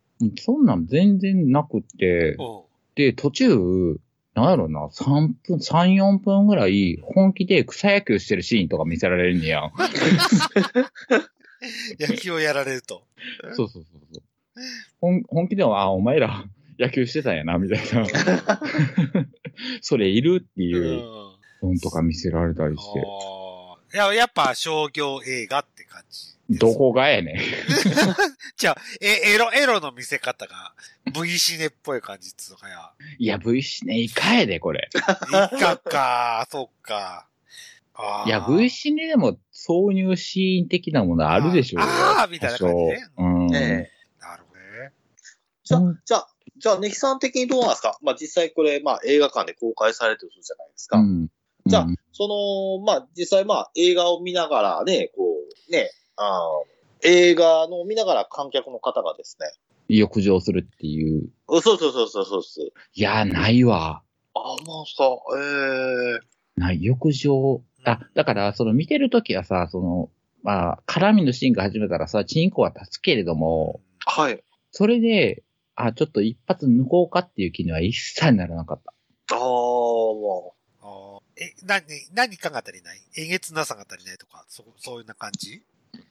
Speaker 2: そんなん全然なくって、
Speaker 1: うんうん
Speaker 2: で、途中、なんやろな、3分、3、4分ぐらい、本気で草野球してるシーンとか見せられるんねやん。
Speaker 1: 野球をやられると。
Speaker 2: そうそうそうそう。本本気では、あ、お前ら 野球してたんやな、みたいな。 それ いるって
Speaker 1: うん
Speaker 2: いうのとか見せられたりして。
Speaker 1: あーいや、やっぱ商業映画って感じです。
Speaker 2: どこがやねん。
Speaker 1: じゃあ、え、エロ、エロの見せ方が V シネっぽい感じっつうのかや。
Speaker 2: いや、V シネイカやで、これ。
Speaker 1: いかか、 そっか。あー
Speaker 2: いや、V シネでも挿入シーン的なものあるでしょ。
Speaker 1: あーみたいな感じね
Speaker 2: 多少うん。
Speaker 3: ええ
Speaker 1: なるほどね。
Speaker 3: じゃ
Speaker 2: う
Speaker 3: あ
Speaker 2: ん、
Speaker 3: じゃあ、じゃあ、ネヒさん的にどうなんですかまあ、実際これ、まあ、映画館で公開されてるじゃないですか。
Speaker 2: うん。
Speaker 3: じゃあ
Speaker 2: うん
Speaker 3: その、まあ、実際、まあ、映画を見ながらね、こう、ね、あの映画のを見ながら観客の方がですね、
Speaker 2: 浴場するっていう。
Speaker 3: うそうそうそうそうそうそう。
Speaker 2: いや、ないわ。
Speaker 3: あ、まあ、そう、ええ
Speaker 2: ない、浴場。あ、だから、その見てるときはさ、その、まあ、絡みのシーンが始めたらさ、チンコは立つけれども、
Speaker 3: はい。
Speaker 2: それで、あ、ちょっと一発抜こうかっていう気には一切ならなかった。
Speaker 3: ああ、も
Speaker 1: あーえ、何、何かが足りないえげつなさが足りないとか、そ、そういうな感じ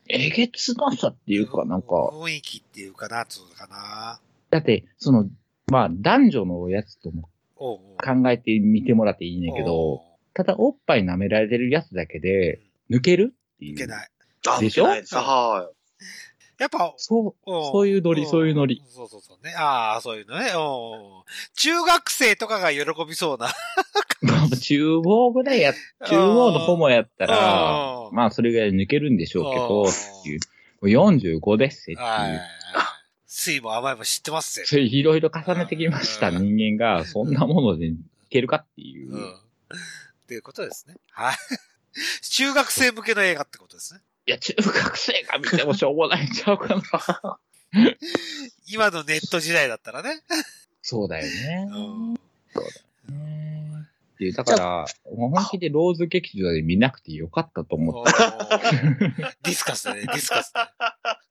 Speaker 2: えげつなさっていうか、なんか、
Speaker 1: 雰囲気っていうかな、つうのかな。
Speaker 2: だって、その、まあ、男女のやつとも
Speaker 1: おうおう
Speaker 2: 考えてみてもらっていいんだけど、、ただ、おっぱい舐められてるやつだけで、抜けるっていう。
Speaker 1: いけない。
Speaker 3: う、あ、
Speaker 2: でしょ
Speaker 3: 見てないですは
Speaker 1: やっぱ、
Speaker 2: そう、
Speaker 1: お
Speaker 2: そういうノリ
Speaker 1: ん
Speaker 2: そういうノリ
Speaker 1: そうそうそうね。ああ、そういうのね。おう中学生とかが喜びそうな。
Speaker 2: まあ 中央ぐらいや、 中央のホモやった
Speaker 1: う
Speaker 2: ら、
Speaker 1: ん
Speaker 2: まあそれぐらい抜けるんでしょうけど、
Speaker 1: うん
Speaker 2: っていう。もう45ですって。。
Speaker 1: はいいう水も甘いも知ってますぜ。
Speaker 2: それいろいろ重ねてきました
Speaker 1: うん
Speaker 2: 人間が、そんなもので抜けるかっていうう。
Speaker 1: ん。っていうことですね。はい。中学生向けの映画ってことですね。
Speaker 2: いや、中学生が見てもしょうもないんちゃうかな。
Speaker 1: 今のネット時代だったらね。
Speaker 2: そうだよね
Speaker 1: う。ん。
Speaker 2: ねっていうだから、もう本気でローズ劇場で見なくてよかったと思っ
Speaker 1: おーディスカスだ ね、ディスカスだ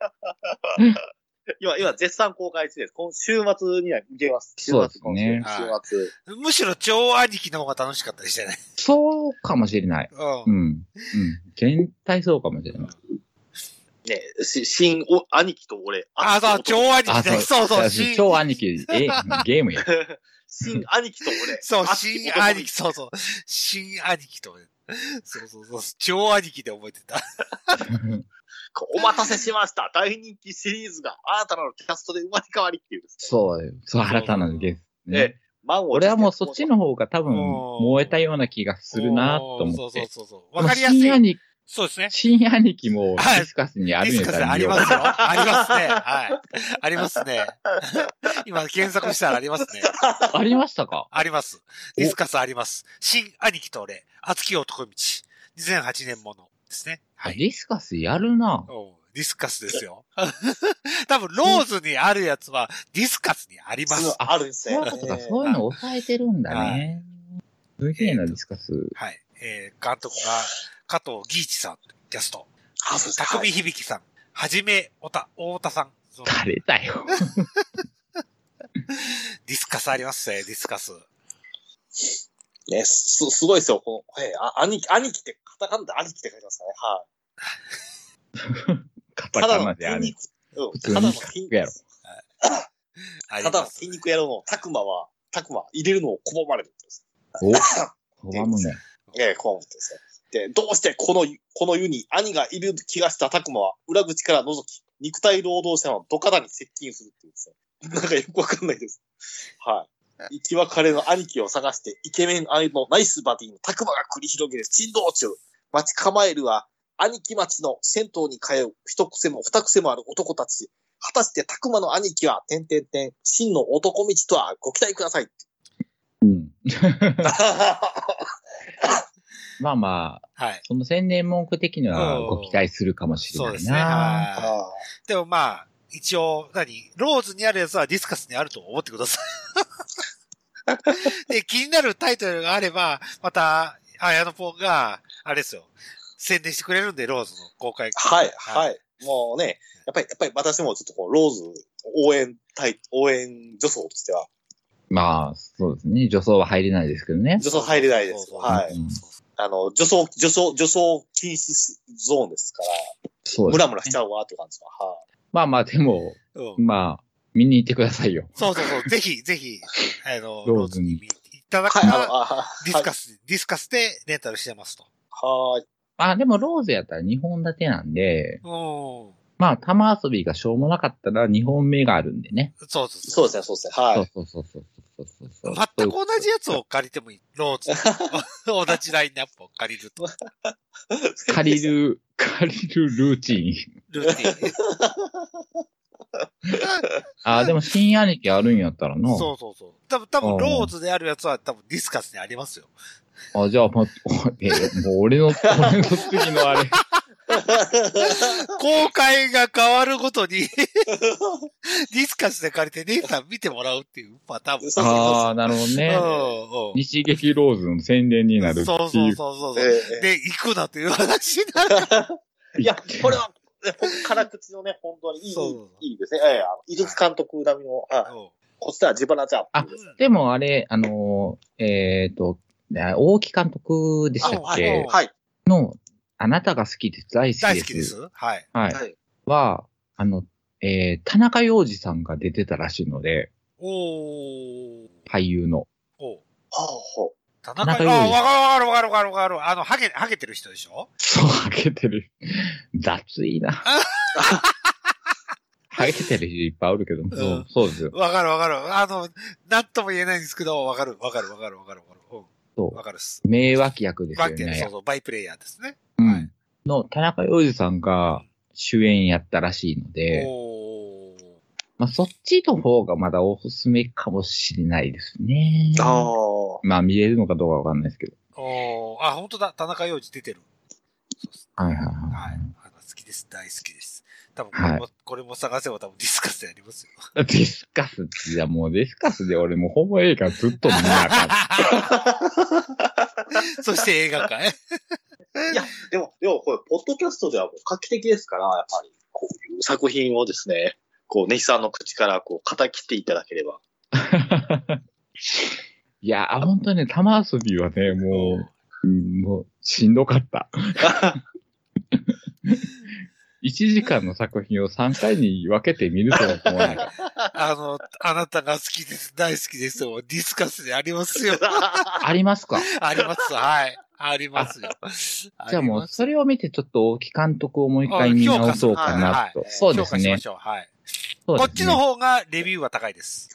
Speaker 1: ね。
Speaker 3: い。今、今、絶賛公開中です。今週末には見けます。週
Speaker 2: そうで
Speaker 3: 末、
Speaker 2: すね
Speaker 3: 今週週末。
Speaker 1: むしろ超兄貴の方が楽しかったりしてね。
Speaker 2: た。そうかもしれない。
Speaker 1: う。
Speaker 2: うんん。うん。全体そうかもしれない。
Speaker 3: ね、し新、お、兄貴と俺。
Speaker 1: あ、そう、超兄貴
Speaker 2: あ、
Speaker 1: だ。そう そう、新
Speaker 2: 超兄貴、え、ゲームや。
Speaker 3: 新兄貴と俺。
Speaker 1: そう、
Speaker 3: あ
Speaker 1: 新兄貴、。そうそう。新兄貴と、そうそうそう、超兄貴で覚えてた。
Speaker 3: お待たせしました。大人気シリーズが新たなるキャストで生まれ変わりっていうですね。
Speaker 2: そうよ、そう、新たなるゲーム
Speaker 3: え
Speaker 2: ね。
Speaker 3: 満を持て
Speaker 2: 俺はもうそっちの方が多分
Speaker 1: おー
Speaker 2: 燃えたような気がするなと思
Speaker 1: そ
Speaker 2: っ
Speaker 1: うそう
Speaker 2: て。
Speaker 1: そうそう。わかりやす
Speaker 2: 新
Speaker 1: い。
Speaker 2: 兄貴、
Speaker 1: そうですね。
Speaker 2: 新兄貴もデ
Speaker 1: はい
Speaker 2: ィスカスにあ
Speaker 1: デ
Speaker 2: る
Speaker 1: ィ
Speaker 2: んや
Speaker 1: ス
Speaker 2: っ
Speaker 1: カス
Speaker 2: たら
Speaker 1: あ
Speaker 2: 見
Speaker 1: り
Speaker 2: よう
Speaker 1: ますよ。
Speaker 2: か
Speaker 1: ありますね。はい。ありますね。 今検索したらありますね。
Speaker 2: な。ありましたか
Speaker 1: あります。ディスカスあります。新兄貴と俺、熱き男道。2008年ものですね。は
Speaker 2: デ
Speaker 1: い。
Speaker 2: ィスカスやるな。
Speaker 1: おうディスカスですよ。 多分、ローズにあるやつは、ディスカスにありま
Speaker 3: そう
Speaker 1: す。
Speaker 3: あるんです
Speaker 2: そう
Speaker 3: ね。
Speaker 2: いうことか、そういうの抑えてるんだね。すげえな、ディスカス。
Speaker 1: はい。えー、監督が、加藤義一さん、キャスト。
Speaker 3: あそうです
Speaker 1: 匠響さん、はじめ、おた、大田さん。その
Speaker 2: 誰だよ。
Speaker 1: ディスカスありますね、ディスカス。
Speaker 3: ね、す、すごいですよ。この、えあ、兄貴、兄貴って、カタカナで兄貴って書いてますからね。はい、
Speaker 2: カ
Speaker 3: た
Speaker 2: タ
Speaker 3: だ
Speaker 2: カ
Speaker 3: の
Speaker 2: ナで あ
Speaker 3: 筋
Speaker 2: る
Speaker 3: 肉。うん、
Speaker 2: 普通
Speaker 3: ただの
Speaker 2: に
Speaker 3: 筋
Speaker 2: やろ
Speaker 3: 肉。
Speaker 1: あ
Speaker 3: た
Speaker 1: り
Speaker 3: だの
Speaker 1: ます
Speaker 3: 筋。肉野郎のタクマは、タクマ入れるのを拒まれるんです。
Speaker 2: お、拒むね。
Speaker 3: ええ拒むんですね。で、どうしてこの、この湯に兄がいる気がしたタクマは、裏口から覗き、肉体労働者の土方に接近するっていうですね。なんかよくわかんないです。はい。生き別れの兄貴を探して、イケメン兄のナイスバディのタクマが繰り広げる珍道中。待ち構えるは、兄貴町の銭湯に通う一癖も二癖もある男たち。果たしてタクマの兄貴は、てんてんてん、真の男道とはご期待ください。
Speaker 2: うん。
Speaker 3: は
Speaker 2: まあまあ、
Speaker 1: はい。
Speaker 2: その宣伝文句的にはご期待するかもしれ
Speaker 1: そう
Speaker 2: な
Speaker 1: で
Speaker 2: い
Speaker 1: すね。
Speaker 2: な。
Speaker 1: はい。でもまあ、一応、何ローズにあるやつはディスカスにあると思ってください。 で、気になるタイトルがあれば、また、あやのぽんが、あれですよ、宣伝してくれるんで、ローズの公開。
Speaker 3: はい、はい。もうね、やっぱり、やっぱり私もちょっとこう、ローズ応援隊、応援女装としては、
Speaker 2: まあ、そうですね。女装は入れないですけどね。
Speaker 3: 女装入れないです
Speaker 1: そうそう
Speaker 3: はい
Speaker 1: そうそうそう
Speaker 3: あの、女装、女装、女装禁止ゾーンですから、
Speaker 2: そうで
Speaker 3: ム
Speaker 2: す。
Speaker 3: ラムラしちゃうわって感じは。はい
Speaker 2: まあまあ、でも、
Speaker 1: うん
Speaker 2: まあ、見に行ってくださいよ。
Speaker 1: そうそうそう。ぜひ、ぜひ、あの、ロ
Speaker 2: ロ
Speaker 1: ー
Speaker 2: ー
Speaker 1: ズ
Speaker 2: ズ
Speaker 1: に
Speaker 2: に
Speaker 1: 見ていただく
Speaker 3: はい、あの、
Speaker 1: か、
Speaker 3: あは
Speaker 1: ディス
Speaker 3: い
Speaker 1: カス、ディスカスでレンタルしてますと。
Speaker 3: はい。
Speaker 2: まあでも、ローズやったら2本立てなんで、
Speaker 1: うん。
Speaker 2: まあ、玉遊びがしょうもなかったら2本目があるんでね。
Speaker 1: そうそう
Speaker 3: そう
Speaker 1: そう。
Speaker 3: ですね、そうですね。は
Speaker 2: そ
Speaker 3: い。
Speaker 2: うそうそうそうそうそうそう。
Speaker 1: 全く同じやつを借りてもいい。ロー ズ。同じラインナップを借りると。
Speaker 2: 借りる、 借りるルーチン。
Speaker 1: ルーティン。
Speaker 2: ああ、でも、新兄貴あるんやったらな。
Speaker 1: そうそうそう。多分、多分、ローズであるやつは多分ディスカスにありますよ。
Speaker 2: あ、じゃあ、もう、え、もう俺の、俺の次のあれ。
Speaker 1: 公開が変わるごと に、ディスカスで借りて姉さん見てもらうっていうパターンも。
Speaker 3: そう
Speaker 2: ああ、なるほどね。
Speaker 1: うんうん
Speaker 2: 日劇ローズの宣伝になるってい
Speaker 1: そうそう
Speaker 2: う。
Speaker 1: そうそう。
Speaker 3: ええ
Speaker 1: で、行くなという話になる。
Speaker 3: いや、これは、ほん辛口のね、本当にいい
Speaker 1: そうそうそう、
Speaker 3: いいですね。ええ、あの、井口監督並みの、はいこっちは自腹じゃん。
Speaker 2: あでも、あれ、あのー、えっ、と、ね大木監督でしたっ
Speaker 3: は
Speaker 2: け
Speaker 3: い。はい。
Speaker 2: の、あなたが好きです、大好き
Speaker 1: 大
Speaker 2: です。
Speaker 1: 好きです。はい。
Speaker 2: はい。
Speaker 3: はい
Speaker 2: は、あの、えー、田中洋二さんが出てたらしいので、
Speaker 1: おー。
Speaker 2: 俳優の。
Speaker 1: お
Speaker 3: ほうほう。
Speaker 1: 田
Speaker 2: 田
Speaker 1: 中裕
Speaker 2: 中裕
Speaker 1: 二。
Speaker 2: 二
Speaker 1: あ、わかるわかるわかるわかるわかる。あの、ハゲ、ハゲてる人でしょ
Speaker 2: そう、ハゲてる。雑いな。ハゲてる人いっぱいおるけど、そうそうですよ。
Speaker 1: わかるわかる。あの、なんとも言えないんですけど、わかるわかるわかるわかるわかる。
Speaker 2: そ
Speaker 1: うん。わかるっす。
Speaker 2: う。名脇役です
Speaker 1: バ
Speaker 2: よ
Speaker 1: ッテリー、そう
Speaker 2: ね。
Speaker 1: そう、バイプレイヤーですね。
Speaker 2: う
Speaker 1: はい
Speaker 2: ん。の、田中洋二さんが主演やったらしいので、
Speaker 1: おー。
Speaker 2: まあ、そっちの方がまだおすすめかもしれないですね。
Speaker 3: あ
Speaker 2: まあ、見れるのかどうかわかんないですけど。
Speaker 1: おー。あ、本当だ。田中洋二出てる。そうっす
Speaker 2: はいはいはい。
Speaker 1: はい。あの好きです。大好きです。多分これも、これも探せば多分ディスカスでありますよ。
Speaker 2: ディスカスって、いやもうディスカスで俺もうホモ映画ずっと見なあかん。
Speaker 1: そして映画館へ。
Speaker 3: あ。いや、でも、でもこれ、ポッドキャストではもう画期的ですから、やっぱり、こういう作品をですね、こう、ネヒさんの口から、こう、語切っていただければ。
Speaker 2: いや、本当にね、玉遊びはね、もう、うんもう、しんどかった。1時間の作品を3回に分けて見るとは思 わなかった。
Speaker 1: あの、あなたが好きです。大好きですよ。ディスカスでありますよ。
Speaker 2: ありますか
Speaker 1: あります。はい。ありますよ。
Speaker 2: じゃあもう、それを見てちょっと大木監督をもう一
Speaker 1: あ
Speaker 2: 回見直そうかな
Speaker 1: 評
Speaker 2: と
Speaker 3: 価。する
Speaker 2: そ
Speaker 1: あ
Speaker 2: う
Speaker 1: り
Speaker 2: で
Speaker 1: ます評価
Speaker 2: す
Speaker 1: しま
Speaker 2: ね。
Speaker 1: しょう。はい。
Speaker 2: そう
Speaker 1: こ
Speaker 2: です
Speaker 1: っ
Speaker 2: ね
Speaker 1: ちの方がレビューは高いです。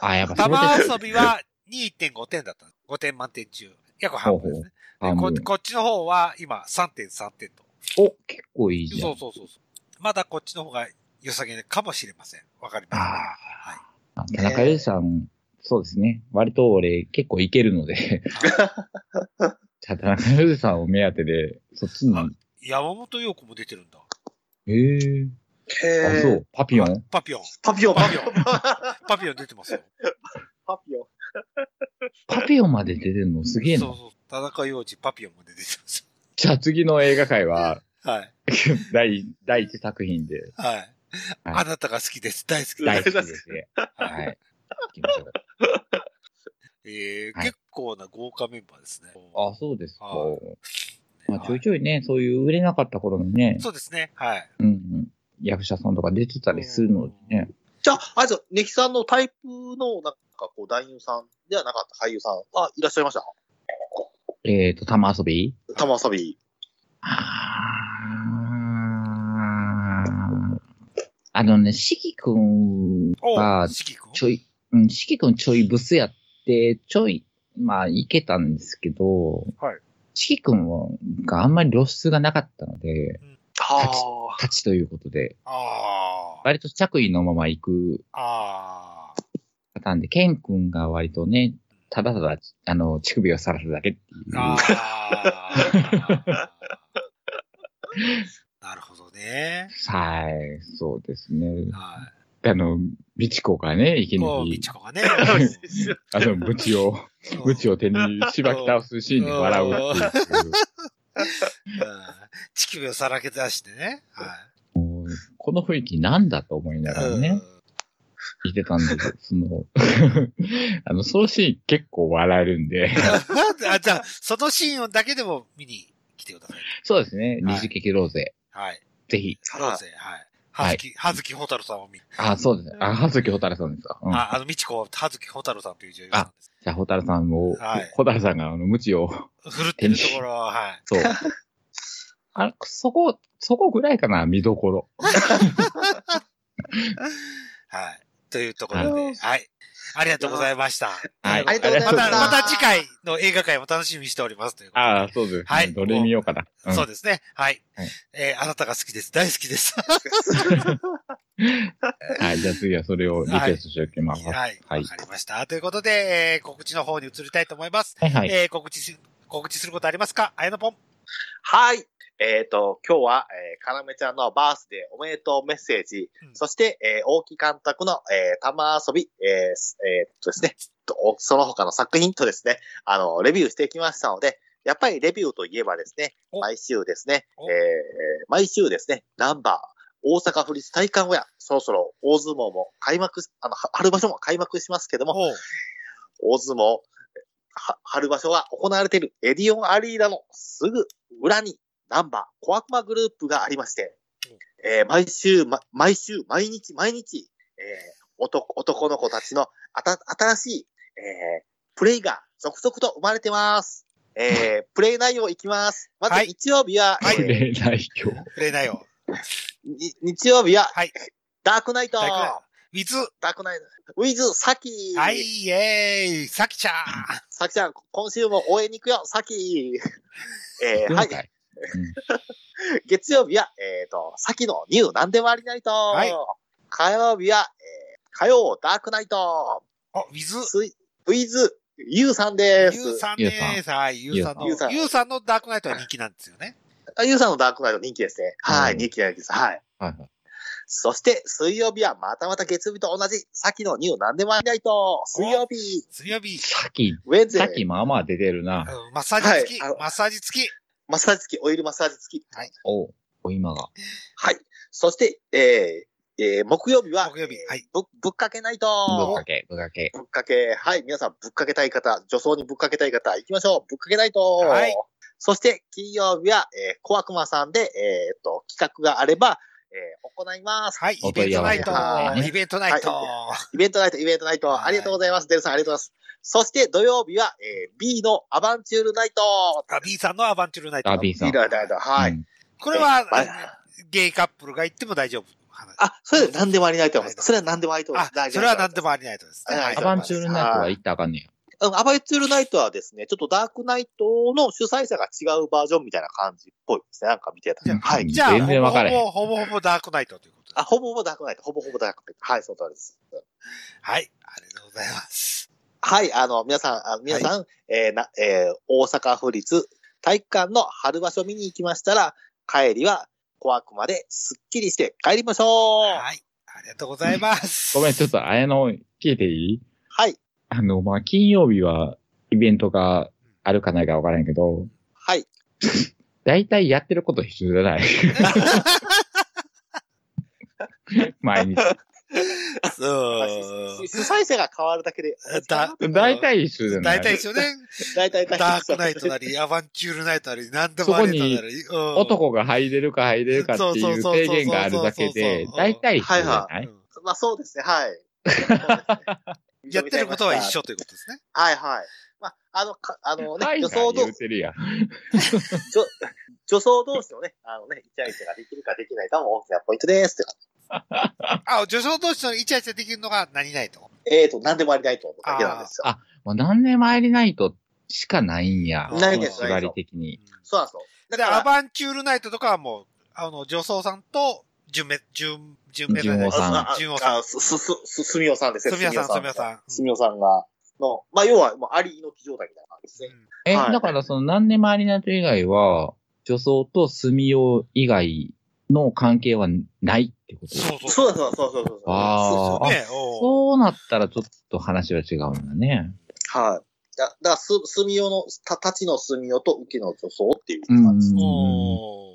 Speaker 2: あ、やっぱそれ
Speaker 1: 玉
Speaker 2: で
Speaker 1: 遊びは2.5点だった。5点満点中。約半分ですね。で
Speaker 2: 半
Speaker 1: こ
Speaker 2: 分
Speaker 1: こっちの方は今3.3点と。
Speaker 2: お、結構いいじゃ。
Speaker 1: そうんそうそうそう。まだこっちの方が良さげかもしれません。わかります、
Speaker 2: あ
Speaker 1: はい。
Speaker 2: あ、田中裕二さん、そうですね。割と俺結構いける ので。じゃあ田中裕二さんを目当てで、そっちに
Speaker 1: あ。山本陽子も出てるんだ。
Speaker 2: へえ。
Speaker 3: へ
Speaker 2: あ、
Speaker 3: ー
Speaker 2: そう。パピオン
Speaker 1: パピオン。
Speaker 3: パピオン、
Speaker 1: パ
Speaker 3: パ
Speaker 1: ピ
Speaker 3: ピ
Speaker 1: オ
Speaker 3: オ
Speaker 1: ン
Speaker 3: ン。
Speaker 1: パピオン出てますよ。
Speaker 3: パピオン。
Speaker 2: パピオンまで出てるのすげえ
Speaker 1: そう
Speaker 2: な。
Speaker 1: そう。田中洋次、パピオンも出てます。
Speaker 2: じゃあ次の映画界は、
Speaker 1: はい。
Speaker 2: 第、第一作品で
Speaker 1: はい。あなたが好きです。大好き
Speaker 2: 大
Speaker 1: で
Speaker 2: 好き
Speaker 1: す。
Speaker 2: です ね。はい。行きましょう
Speaker 1: えー
Speaker 2: はい
Speaker 1: 結構な豪華メンバーですね。
Speaker 2: あ、そうですか。
Speaker 1: は
Speaker 2: まあちょ
Speaker 1: はい
Speaker 2: いちょいね、そういう売れなかった頃のね、
Speaker 1: そうですね。はい。
Speaker 2: うんうん、役者さんとか出てたりするのでね。
Speaker 3: じゃあ、あれですよ、ネヒさんのタイプの、なんか、こう、男優さんではなかった俳優さんは、いらっしゃいました
Speaker 2: えっ、と、玉遊び
Speaker 3: 玉遊び。
Speaker 2: あーあのね、しきくん
Speaker 1: お
Speaker 2: は
Speaker 1: 四季君
Speaker 2: ちょい、うん、しきくんちょいブスやって、ちょい、まあ、いけたんですけど、
Speaker 1: はい
Speaker 2: しきくんはがあんまり露出がなかったので、
Speaker 3: は
Speaker 2: 立ちということで、
Speaker 1: ああ。
Speaker 2: 割と着衣のまま行く
Speaker 1: ああ。
Speaker 2: パターンで、ケンくんが割とね、ただただ、あの、乳首をさらすだけっていう。
Speaker 1: あ あ。なるほどね。
Speaker 2: はい、そうですね。
Speaker 1: は
Speaker 2: あの、美智子がね、いきな
Speaker 1: こう、み
Speaker 2: り
Speaker 1: ち、こがね。
Speaker 2: あの、ブ チを、ブチを手にしばき倒すシーンで笑うっていう。
Speaker 1: うん乳首をさらけ出してね。は。
Speaker 2: この雰囲気なんだと思いないがら
Speaker 1: うん
Speaker 2: ね、聞いてたんだけど、その、 あの、そのシーン結構笑えるんで、
Speaker 1: あじゃあ、そのシーンだけでも見に来てください。
Speaker 2: そうです
Speaker 1: は
Speaker 2: ね、
Speaker 1: い
Speaker 2: 二次劇ローゼ、
Speaker 1: はい。
Speaker 2: ぜひ。
Speaker 1: ローゼ、はい。はずき、はずきほたるさんを見に。
Speaker 2: あ、そうです。あ、はずきほたるさんですか。うん、
Speaker 1: あ、あの、みちこは、はずきほたるさんという女優さんです。
Speaker 2: じゃあ、ほたるさんを、
Speaker 1: はい
Speaker 2: ほたるさんが、あの、無知を、
Speaker 1: ふるってるところは、はい。
Speaker 2: そう。あ、そこ、そこぐらいかな、見どころ。
Speaker 1: はい。というところで、はい。ありがとうございました。
Speaker 2: はい。
Speaker 3: ありがとうござい
Speaker 1: ま、
Speaker 3: ました
Speaker 1: また次回の映画会も楽しみにしておりますということで。
Speaker 2: ああ、そうですね。
Speaker 1: はい
Speaker 2: どれ見ようかな。うん
Speaker 1: そうですね。はい
Speaker 2: はい。
Speaker 1: えーあなたが好きです。大好きです。
Speaker 2: はい。じゃあ次はそれをリクエストしておきます。は
Speaker 1: はい。わかりました。ということで、えー告知の方に移りたいと思います。
Speaker 2: いはい。
Speaker 1: えー告知し、告知することありますかあやのぽん。
Speaker 3: はい。えっ、と、今日は、えー、かなめちゃんのバースデーおめでとうメッセージ、
Speaker 1: うん
Speaker 3: そして、えー大木監督の、えー、玉遊び、えーすえーっとですね、とその他の作品とですね、あの、レビューしてきましたので、やっぱりレビューといえばですね、
Speaker 1: お
Speaker 3: 毎週ですね、え
Speaker 1: お
Speaker 3: ー毎週ですね、ナンバー、大阪府立体育館親、そろそろ大相撲も開幕し、あの、は春場所も開幕しますけども、
Speaker 1: おう
Speaker 3: 大相撲、は春場所は行われているエディオンアリーナのすぐ裏にナンバー小悪魔グループがありまして、えー毎週、ま毎週、毎日、毎日、えー男、男の子たちのあた新しい、えープレイが続々と生まれてます。 えープレイ内容いきます。ま
Speaker 1: は
Speaker 3: ず
Speaker 1: い
Speaker 3: 日曜日は、
Speaker 1: はい
Speaker 2: れ
Speaker 3: えー
Speaker 2: ないよ。
Speaker 1: 触れないよ。
Speaker 3: に日曜日は、
Speaker 1: はい
Speaker 3: ダークナイト
Speaker 1: ダークナイト水。
Speaker 3: ダークナイトウィズ・サキ
Speaker 1: はい、イエーイ。さきちゃん。
Speaker 3: さきちゃん、今週も応援に行くよ、さき。えー、
Speaker 2: は
Speaker 3: はいい。。月曜日は、えっ、と、さきのニュー何でもありナイト。
Speaker 1: い
Speaker 3: 火曜日は、えー、火曜ダークナイト。
Speaker 1: あ、水。
Speaker 3: スイウィズ、ゆうさんです。
Speaker 1: ゆうさんです。はい、ゆうさんの、
Speaker 3: ゆうさん
Speaker 1: ゆうさんのダークナイトは人気なんですよね。
Speaker 3: あゆうさんのダークナイト人気ですね。はい、
Speaker 2: うん
Speaker 3: 人気です。はい。
Speaker 2: はい
Speaker 3: そして、水曜日は、またまた月曜日と同じ、さきのニュー何でもありナイト。水曜日、
Speaker 1: 水曜日。
Speaker 2: さっき、
Speaker 3: ウェズ
Speaker 2: さっきまあまあ出てるな。
Speaker 1: うんマッサージ付き、
Speaker 3: はいあの
Speaker 1: マッサージ付き。
Speaker 3: マッサージ付き、オイルマッサージ付き。
Speaker 2: おうお、今が。
Speaker 3: はい。そして、えー、えー、木曜日は、
Speaker 1: 木曜日はい
Speaker 3: ぶ、ぶっかけナイ
Speaker 2: ぶっ
Speaker 3: ト
Speaker 2: か。け、ぶっかけ。
Speaker 3: ぶっかけ、はい、皆さんぶっかけたい方、女装にぶっかけたい方、行きましょう。ぶっかけないと。
Speaker 1: はい
Speaker 3: そして、金曜日は、えー、小悪魔さんで、えーっと、企画があれば、えー行います。
Speaker 1: はい、イ
Speaker 2: お
Speaker 1: ベ
Speaker 2: 問
Speaker 1: ン
Speaker 2: い
Speaker 1: ト
Speaker 2: 合
Speaker 1: ナイ
Speaker 2: わ
Speaker 1: ト。
Speaker 2: せはい
Speaker 1: イベントナイト。
Speaker 3: イベントナイト、イベントナイト、
Speaker 1: はい
Speaker 3: ありがとうございます。デルさん、ありがとうございます。そして、土曜日は、えー B のアバンチュールナイト。
Speaker 1: あ、B さんのアバンチュールナイト。
Speaker 2: あ、B さ
Speaker 3: B
Speaker 2: ん。
Speaker 3: のアバンチュールナイト、はい。
Speaker 2: うん。
Speaker 1: これは、
Speaker 3: はい
Speaker 1: ゲイカップルが行っても大丈夫。
Speaker 3: あ、それで何でもありないと思います。それは何でもありと思いま
Speaker 1: あ
Speaker 3: す。大、
Speaker 1: そ
Speaker 3: 丈夫
Speaker 1: れは何でもありないとですね。
Speaker 3: はい
Speaker 1: はい
Speaker 2: アバンチュールナイトは行ったらあかんねや。
Speaker 3: うんアバンチュールナイトはですね、ちょっとダークナイトの主催者が違うバージョンみたいな感じっぽいですね。なんか見てたら。
Speaker 2: じゃあ
Speaker 3: はい。
Speaker 1: じゃあ、ほ
Speaker 2: 全然
Speaker 1: ぼ
Speaker 2: 分
Speaker 1: ほ
Speaker 2: からへん
Speaker 1: ぼ、ほぼほぼダークナイトということで
Speaker 3: あ、。ほぼほぼダークナイト、ほぼほぼダークナイト。はい、そうです。
Speaker 1: はい、ありがとうございます。
Speaker 3: はい、あの、皆さん、あ皆さん、えーな、えー大阪府立体育館の春場所見に行きましたら、帰りは小悪魔ですっきりして帰りましょうは
Speaker 1: はい、ありがとうございます。
Speaker 2: ごめん、ちょっと、あやの、聞いていい
Speaker 3: い、
Speaker 2: あの、まあ、金曜日は、イベントがあるかないかわからんけど、
Speaker 3: はい。
Speaker 2: 大体やってること一緒じゃ ない。毎日。
Speaker 1: そう。
Speaker 3: 主催者が変わるだけで、
Speaker 1: だ
Speaker 2: 大体一緒じゃない。
Speaker 1: 大体ですよね。
Speaker 3: 大体
Speaker 1: ダ
Speaker 3: 大体
Speaker 1: ークナイトなり、アバンチュールナイトなり、何でもありとなり。うん
Speaker 2: 男が入れるか入れるかっていう制限があるだ
Speaker 1: そうそ
Speaker 2: けで
Speaker 1: うそうそうそう、
Speaker 2: 大体一緒じゃ
Speaker 1: う
Speaker 2: ない
Speaker 1: ん
Speaker 3: まあそうですね、はい。
Speaker 1: やってることは一。緒ということですね。
Speaker 3: はいはい。まあ、あの、かあのね、
Speaker 2: はい
Speaker 3: 女
Speaker 2: は
Speaker 3: 装
Speaker 2: い
Speaker 3: 同
Speaker 2: 言う
Speaker 3: 士、
Speaker 2: てるやん。
Speaker 3: 女女装同士のね、あのね、イチャイチャができるかできないかも大きなポイントです。
Speaker 1: あ、女装同士のイチャイチャできるのが何ないと。
Speaker 3: えーと、何でもありないとだけなんですよ。
Speaker 2: もう何年前にないとしかないんや。
Speaker 1: あないです
Speaker 2: 縛り的に。
Speaker 3: そうなんですよ。だ
Speaker 1: で、
Speaker 3: か
Speaker 1: ア
Speaker 3: ら、
Speaker 1: バンチュールナイトとかはもう、あの、女装さんと、純め、純、純め
Speaker 2: 純王さん
Speaker 3: あ
Speaker 1: 純王さん。
Speaker 3: あす、す、す、す、すみおさんです
Speaker 1: すみやさん、すみや
Speaker 3: ん。
Speaker 1: さん。
Speaker 3: すみおさんが、の、まあ、要は、もう、ありの木状態みたいな感じです
Speaker 1: う
Speaker 3: ね。
Speaker 1: ん
Speaker 2: え、
Speaker 3: はい
Speaker 2: だからその何年前にないと以外は、女装と炭用以外の関係はないってこと
Speaker 1: そうそう。
Speaker 3: そうそうそうそうそう。
Speaker 2: あー
Speaker 1: ね、おう
Speaker 2: そうなったらちょっと話は違うんだね。
Speaker 3: はい。だだから、す、墨代の、た、たちの墨代と受けの女装っていう
Speaker 2: うん
Speaker 3: 感じ。。
Speaker 1: おう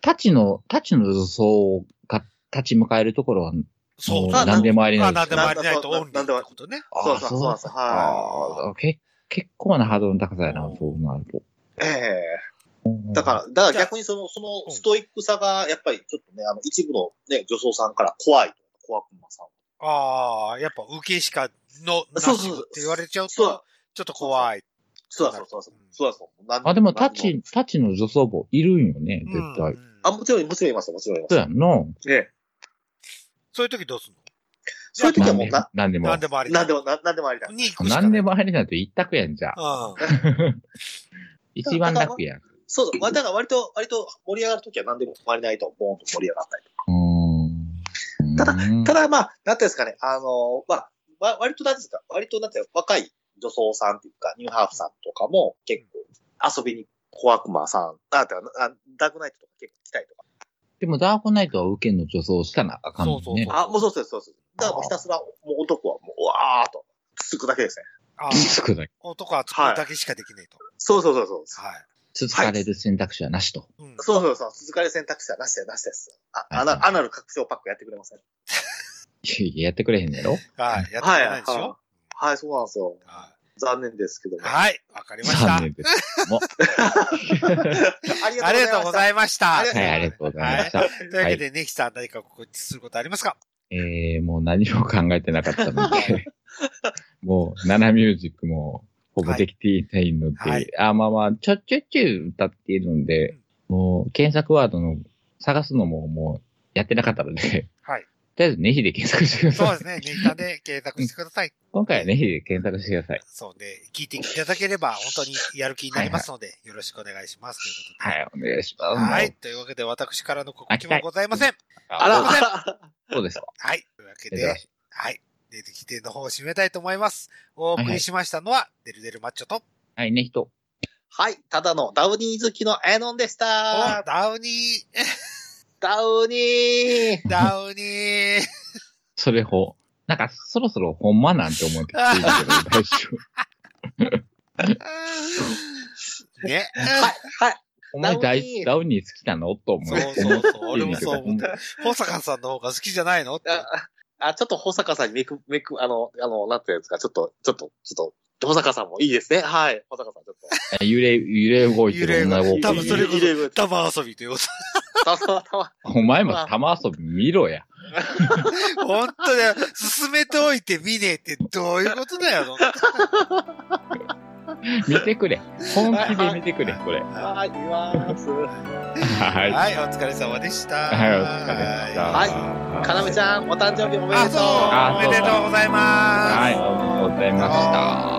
Speaker 2: たちの、たちの女装が立ち向かえるところは、
Speaker 1: そう。
Speaker 2: もう何でもあり
Speaker 1: ま
Speaker 2: な
Speaker 1: あ、
Speaker 2: んで
Speaker 1: なん
Speaker 2: す
Speaker 1: で
Speaker 2: よ
Speaker 1: もありないとオンリーってことね。
Speaker 2: あ
Speaker 3: そうそうそうなんです。は
Speaker 2: あーけ結構なハードルの高さやな、そうなると。
Speaker 3: い。ええだから、だから逆にその、そ
Speaker 1: うん
Speaker 3: のストイックさが、やっぱりちょっとね、あの、一部のね、女装さんから怖いと、怖くまさん。
Speaker 1: ああ、やっぱ受けしかの、なし
Speaker 3: そうそうそう
Speaker 1: って言われちゃう
Speaker 3: そ
Speaker 1: と
Speaker 3: う、
Speaker 1: ちょっと怖い。
Speaker 3: そうだそうだそうだ
Speaker 1: うん
Speaker 3: そうだそうだ。なん
Speaker 2: あ、でも、
Speaker 3: な
Speaker 2: タ
Speaker 3: ん
Speaker 2: チ、タチの女装部いるんよね、絶
Speaker 1: うん
Speaker 2: 対。
Speaker 3: あ、もちろん、もちろんいます、もちろんいま
Speaker 2: そう
Speaker 3: す。
Speaker 2: やんの。
Speaker 3: ええ。
Speaker 1: そういう時どうすん
Speaker 3: そういう時
Speaker 2: な
Speaker 3: は
Speaker 2: ん
Speaker 3: もう
Speaker 2: で
Speaker 3: な、
Speaker 2: なんで
Speaker 1: の
Speaker 2: も
Speaker 1: 何。でもありだ
Speaker 3: なんでも、ななんでもありだ。
Speaker 1: に行くしかない。
Speaker 2: なんでもありなんて一択やんじゃあ。
Speaker 1: うん。
Speaker 2: 一番楽やん。
Speaker 3: そうそう。まあだから割と、割と盛り上がるときは何でも困りないと、ボーンと盛り上がったり。
Speaker 2: うん。
Speaker 3: ただ
Speaker 2: だ
Speaker 3: ただまあ、なんていうんですかね、あのまあ、わ割となんていうんですか、割となんていうか若い女装さんっていうか、ニューハーフさんとかも結構遊びに小悪魔さん、あ、てかあダークナイトとか結構来たりとか。
Speaker 2: でも、ダークナイトは受けの女装したなあかんもんね。
Speaker 1: そうそうそう
Speaker 3: あ、もうそうそうそうそう。だからもうひたすら、もう男はもう、うわーっと、つつくだけですね。
Speaker 1: ああ、
Speaker 2: つつくだけ
Speaker 1: 男は作るだけしかできないと。
Speaker 3: そうそうそうそう。
Speaker 1: はい。
Speaker 2: つつかれる選択肢はなしと。
Speaker 1: うん
Speaker 3: そうそうそう。続かれ選択肢はなしだよ、なしです。あ、ア
Speaker 2: はい
Speaker 3: ナアナル拡張パックやってくれません
Speaker 2: い、や、やってくれへんやろ
Speaker 1: はい。やってくれないでしょ
Speaker 3: はい、そうなんですよ。
Speaker 1: は
Speaker 3: 残念ですけども。
Speaker 1: い。はい。わかりました。
Speaker 2: 残
Speaker 1: あ
Speaker 2: 念ですけども。
Speaker 1: りがとうござ
Speaker 3: い
Speaker 1: いました。
Speaker 3: あり
Speaker 2: は
Speaker 3: がとうございました
Speaker 2: い、ありがとうございました。
Speaker 1: というわけで、ネヒさん何か告知することありますか
Speaker 2: えー、もう何も考えてなかった ので、もう、ナナミュージックもほぼできていないので、
Speaker 1: はい
Speaker 2: あ、まあまあ、ちょっちょっちゅう歌っているので、もう、検索ワードの探すのももうやってなかったので、
Speaker 1: はい。
Speaker 2: とりあえずネヒで検索してくだ
Speaker 1: そう
Speaker 2: さ
Speaker 1: で
Speaker 2: い。
Speaker 1: すね。ネヒさんで検索してください。
Speaker 2: 今回はネヒで検索してください。
Speaker 1: そうで、聞いていただければ本当にやる気になりますので、よろしくお願いします。ということで。
Speaker 2: はい、お願いします。
Speaker 1: はい。。というわけで、私からの告知もございません。
Speaker 3: あ
Speaker 2: あ
Speaker 1: すい
Speaker 3: ら、
Speaker 2: そうですか。
Speaker 1: はい。というわけ
Speaker 2: 珍
Speaker 1: で
Speaker 2: し、い
Speaker 1: はい。出てきての方を締めたいと思います。お送りしましたのは、デルデルマッチョと、
Speaker 2: はい、ネヒと。
Speaker 3: はい、ただのダウニー好きのエノンでし
Speaker 1: お
Speaker 3: た。
Speaker 1: ダウニー、
Speaker 3: ダウニー。
Speaker 1: ダウニー。
Speaker 2: それほ、なんかそろそろほんまなんて思ってきてる けど、大丈夫。
Speaker 1: ね。
Speaker 3: はい。
Speaker 2: お前
Speaker 3: ダウ
Speaker 2: 大
Speaker 3: ニー
Speaker 2: ダウニー好きなのと思
Speaker 1: そう
Speaker 2: って。
Speaker 1: そうそう。俺もそう
Speaker 2: 思
Speaker 1: 思
Speaker 2: っ
Speaker 1: ってた
Speaker 2: る。
Speaker 1: 保坂さんの方が好きじゃないのって
Speaker 3: あ、あちょっと保坂さんにめく、めく、あの、あの、なんていうんですか、ちょっと、ちょっと、ちょっと、保坂さんもいいですね。はい。保坂さん、ちょっと。
Speaker 2: 揺れ、揺れ動いてる女
Speaker 1: 揺れ
Speaker 2: 心
Speaker 1: 動いてる多分それこそ
Speaker 3: 入れる
Speaker 1: 玉遊びということ。
Speaker 3: たまたま。
Speaker 2: お前も玉遊び見ろや。
Speaker 1: 本当だよ。進めておいて見ねえってどういうことだよ。
Speaker 2: 見てくれ。本気で見てくれ、これ。
Speaker 3: はい、行きます。
Speaker 2: はい。はい、
Speaker 1: はい、お疲れ様でした。
Speaker 2: お疲れ様でした。
Speaker 1: はい
Speaker 3: かなめちゃん、お誕生日おめで
Speaker 1: あ、
Speaker 3: と。
Speaker 1: そうう。おめでとうございます。
Speaker 2: はい、ありがとうございました。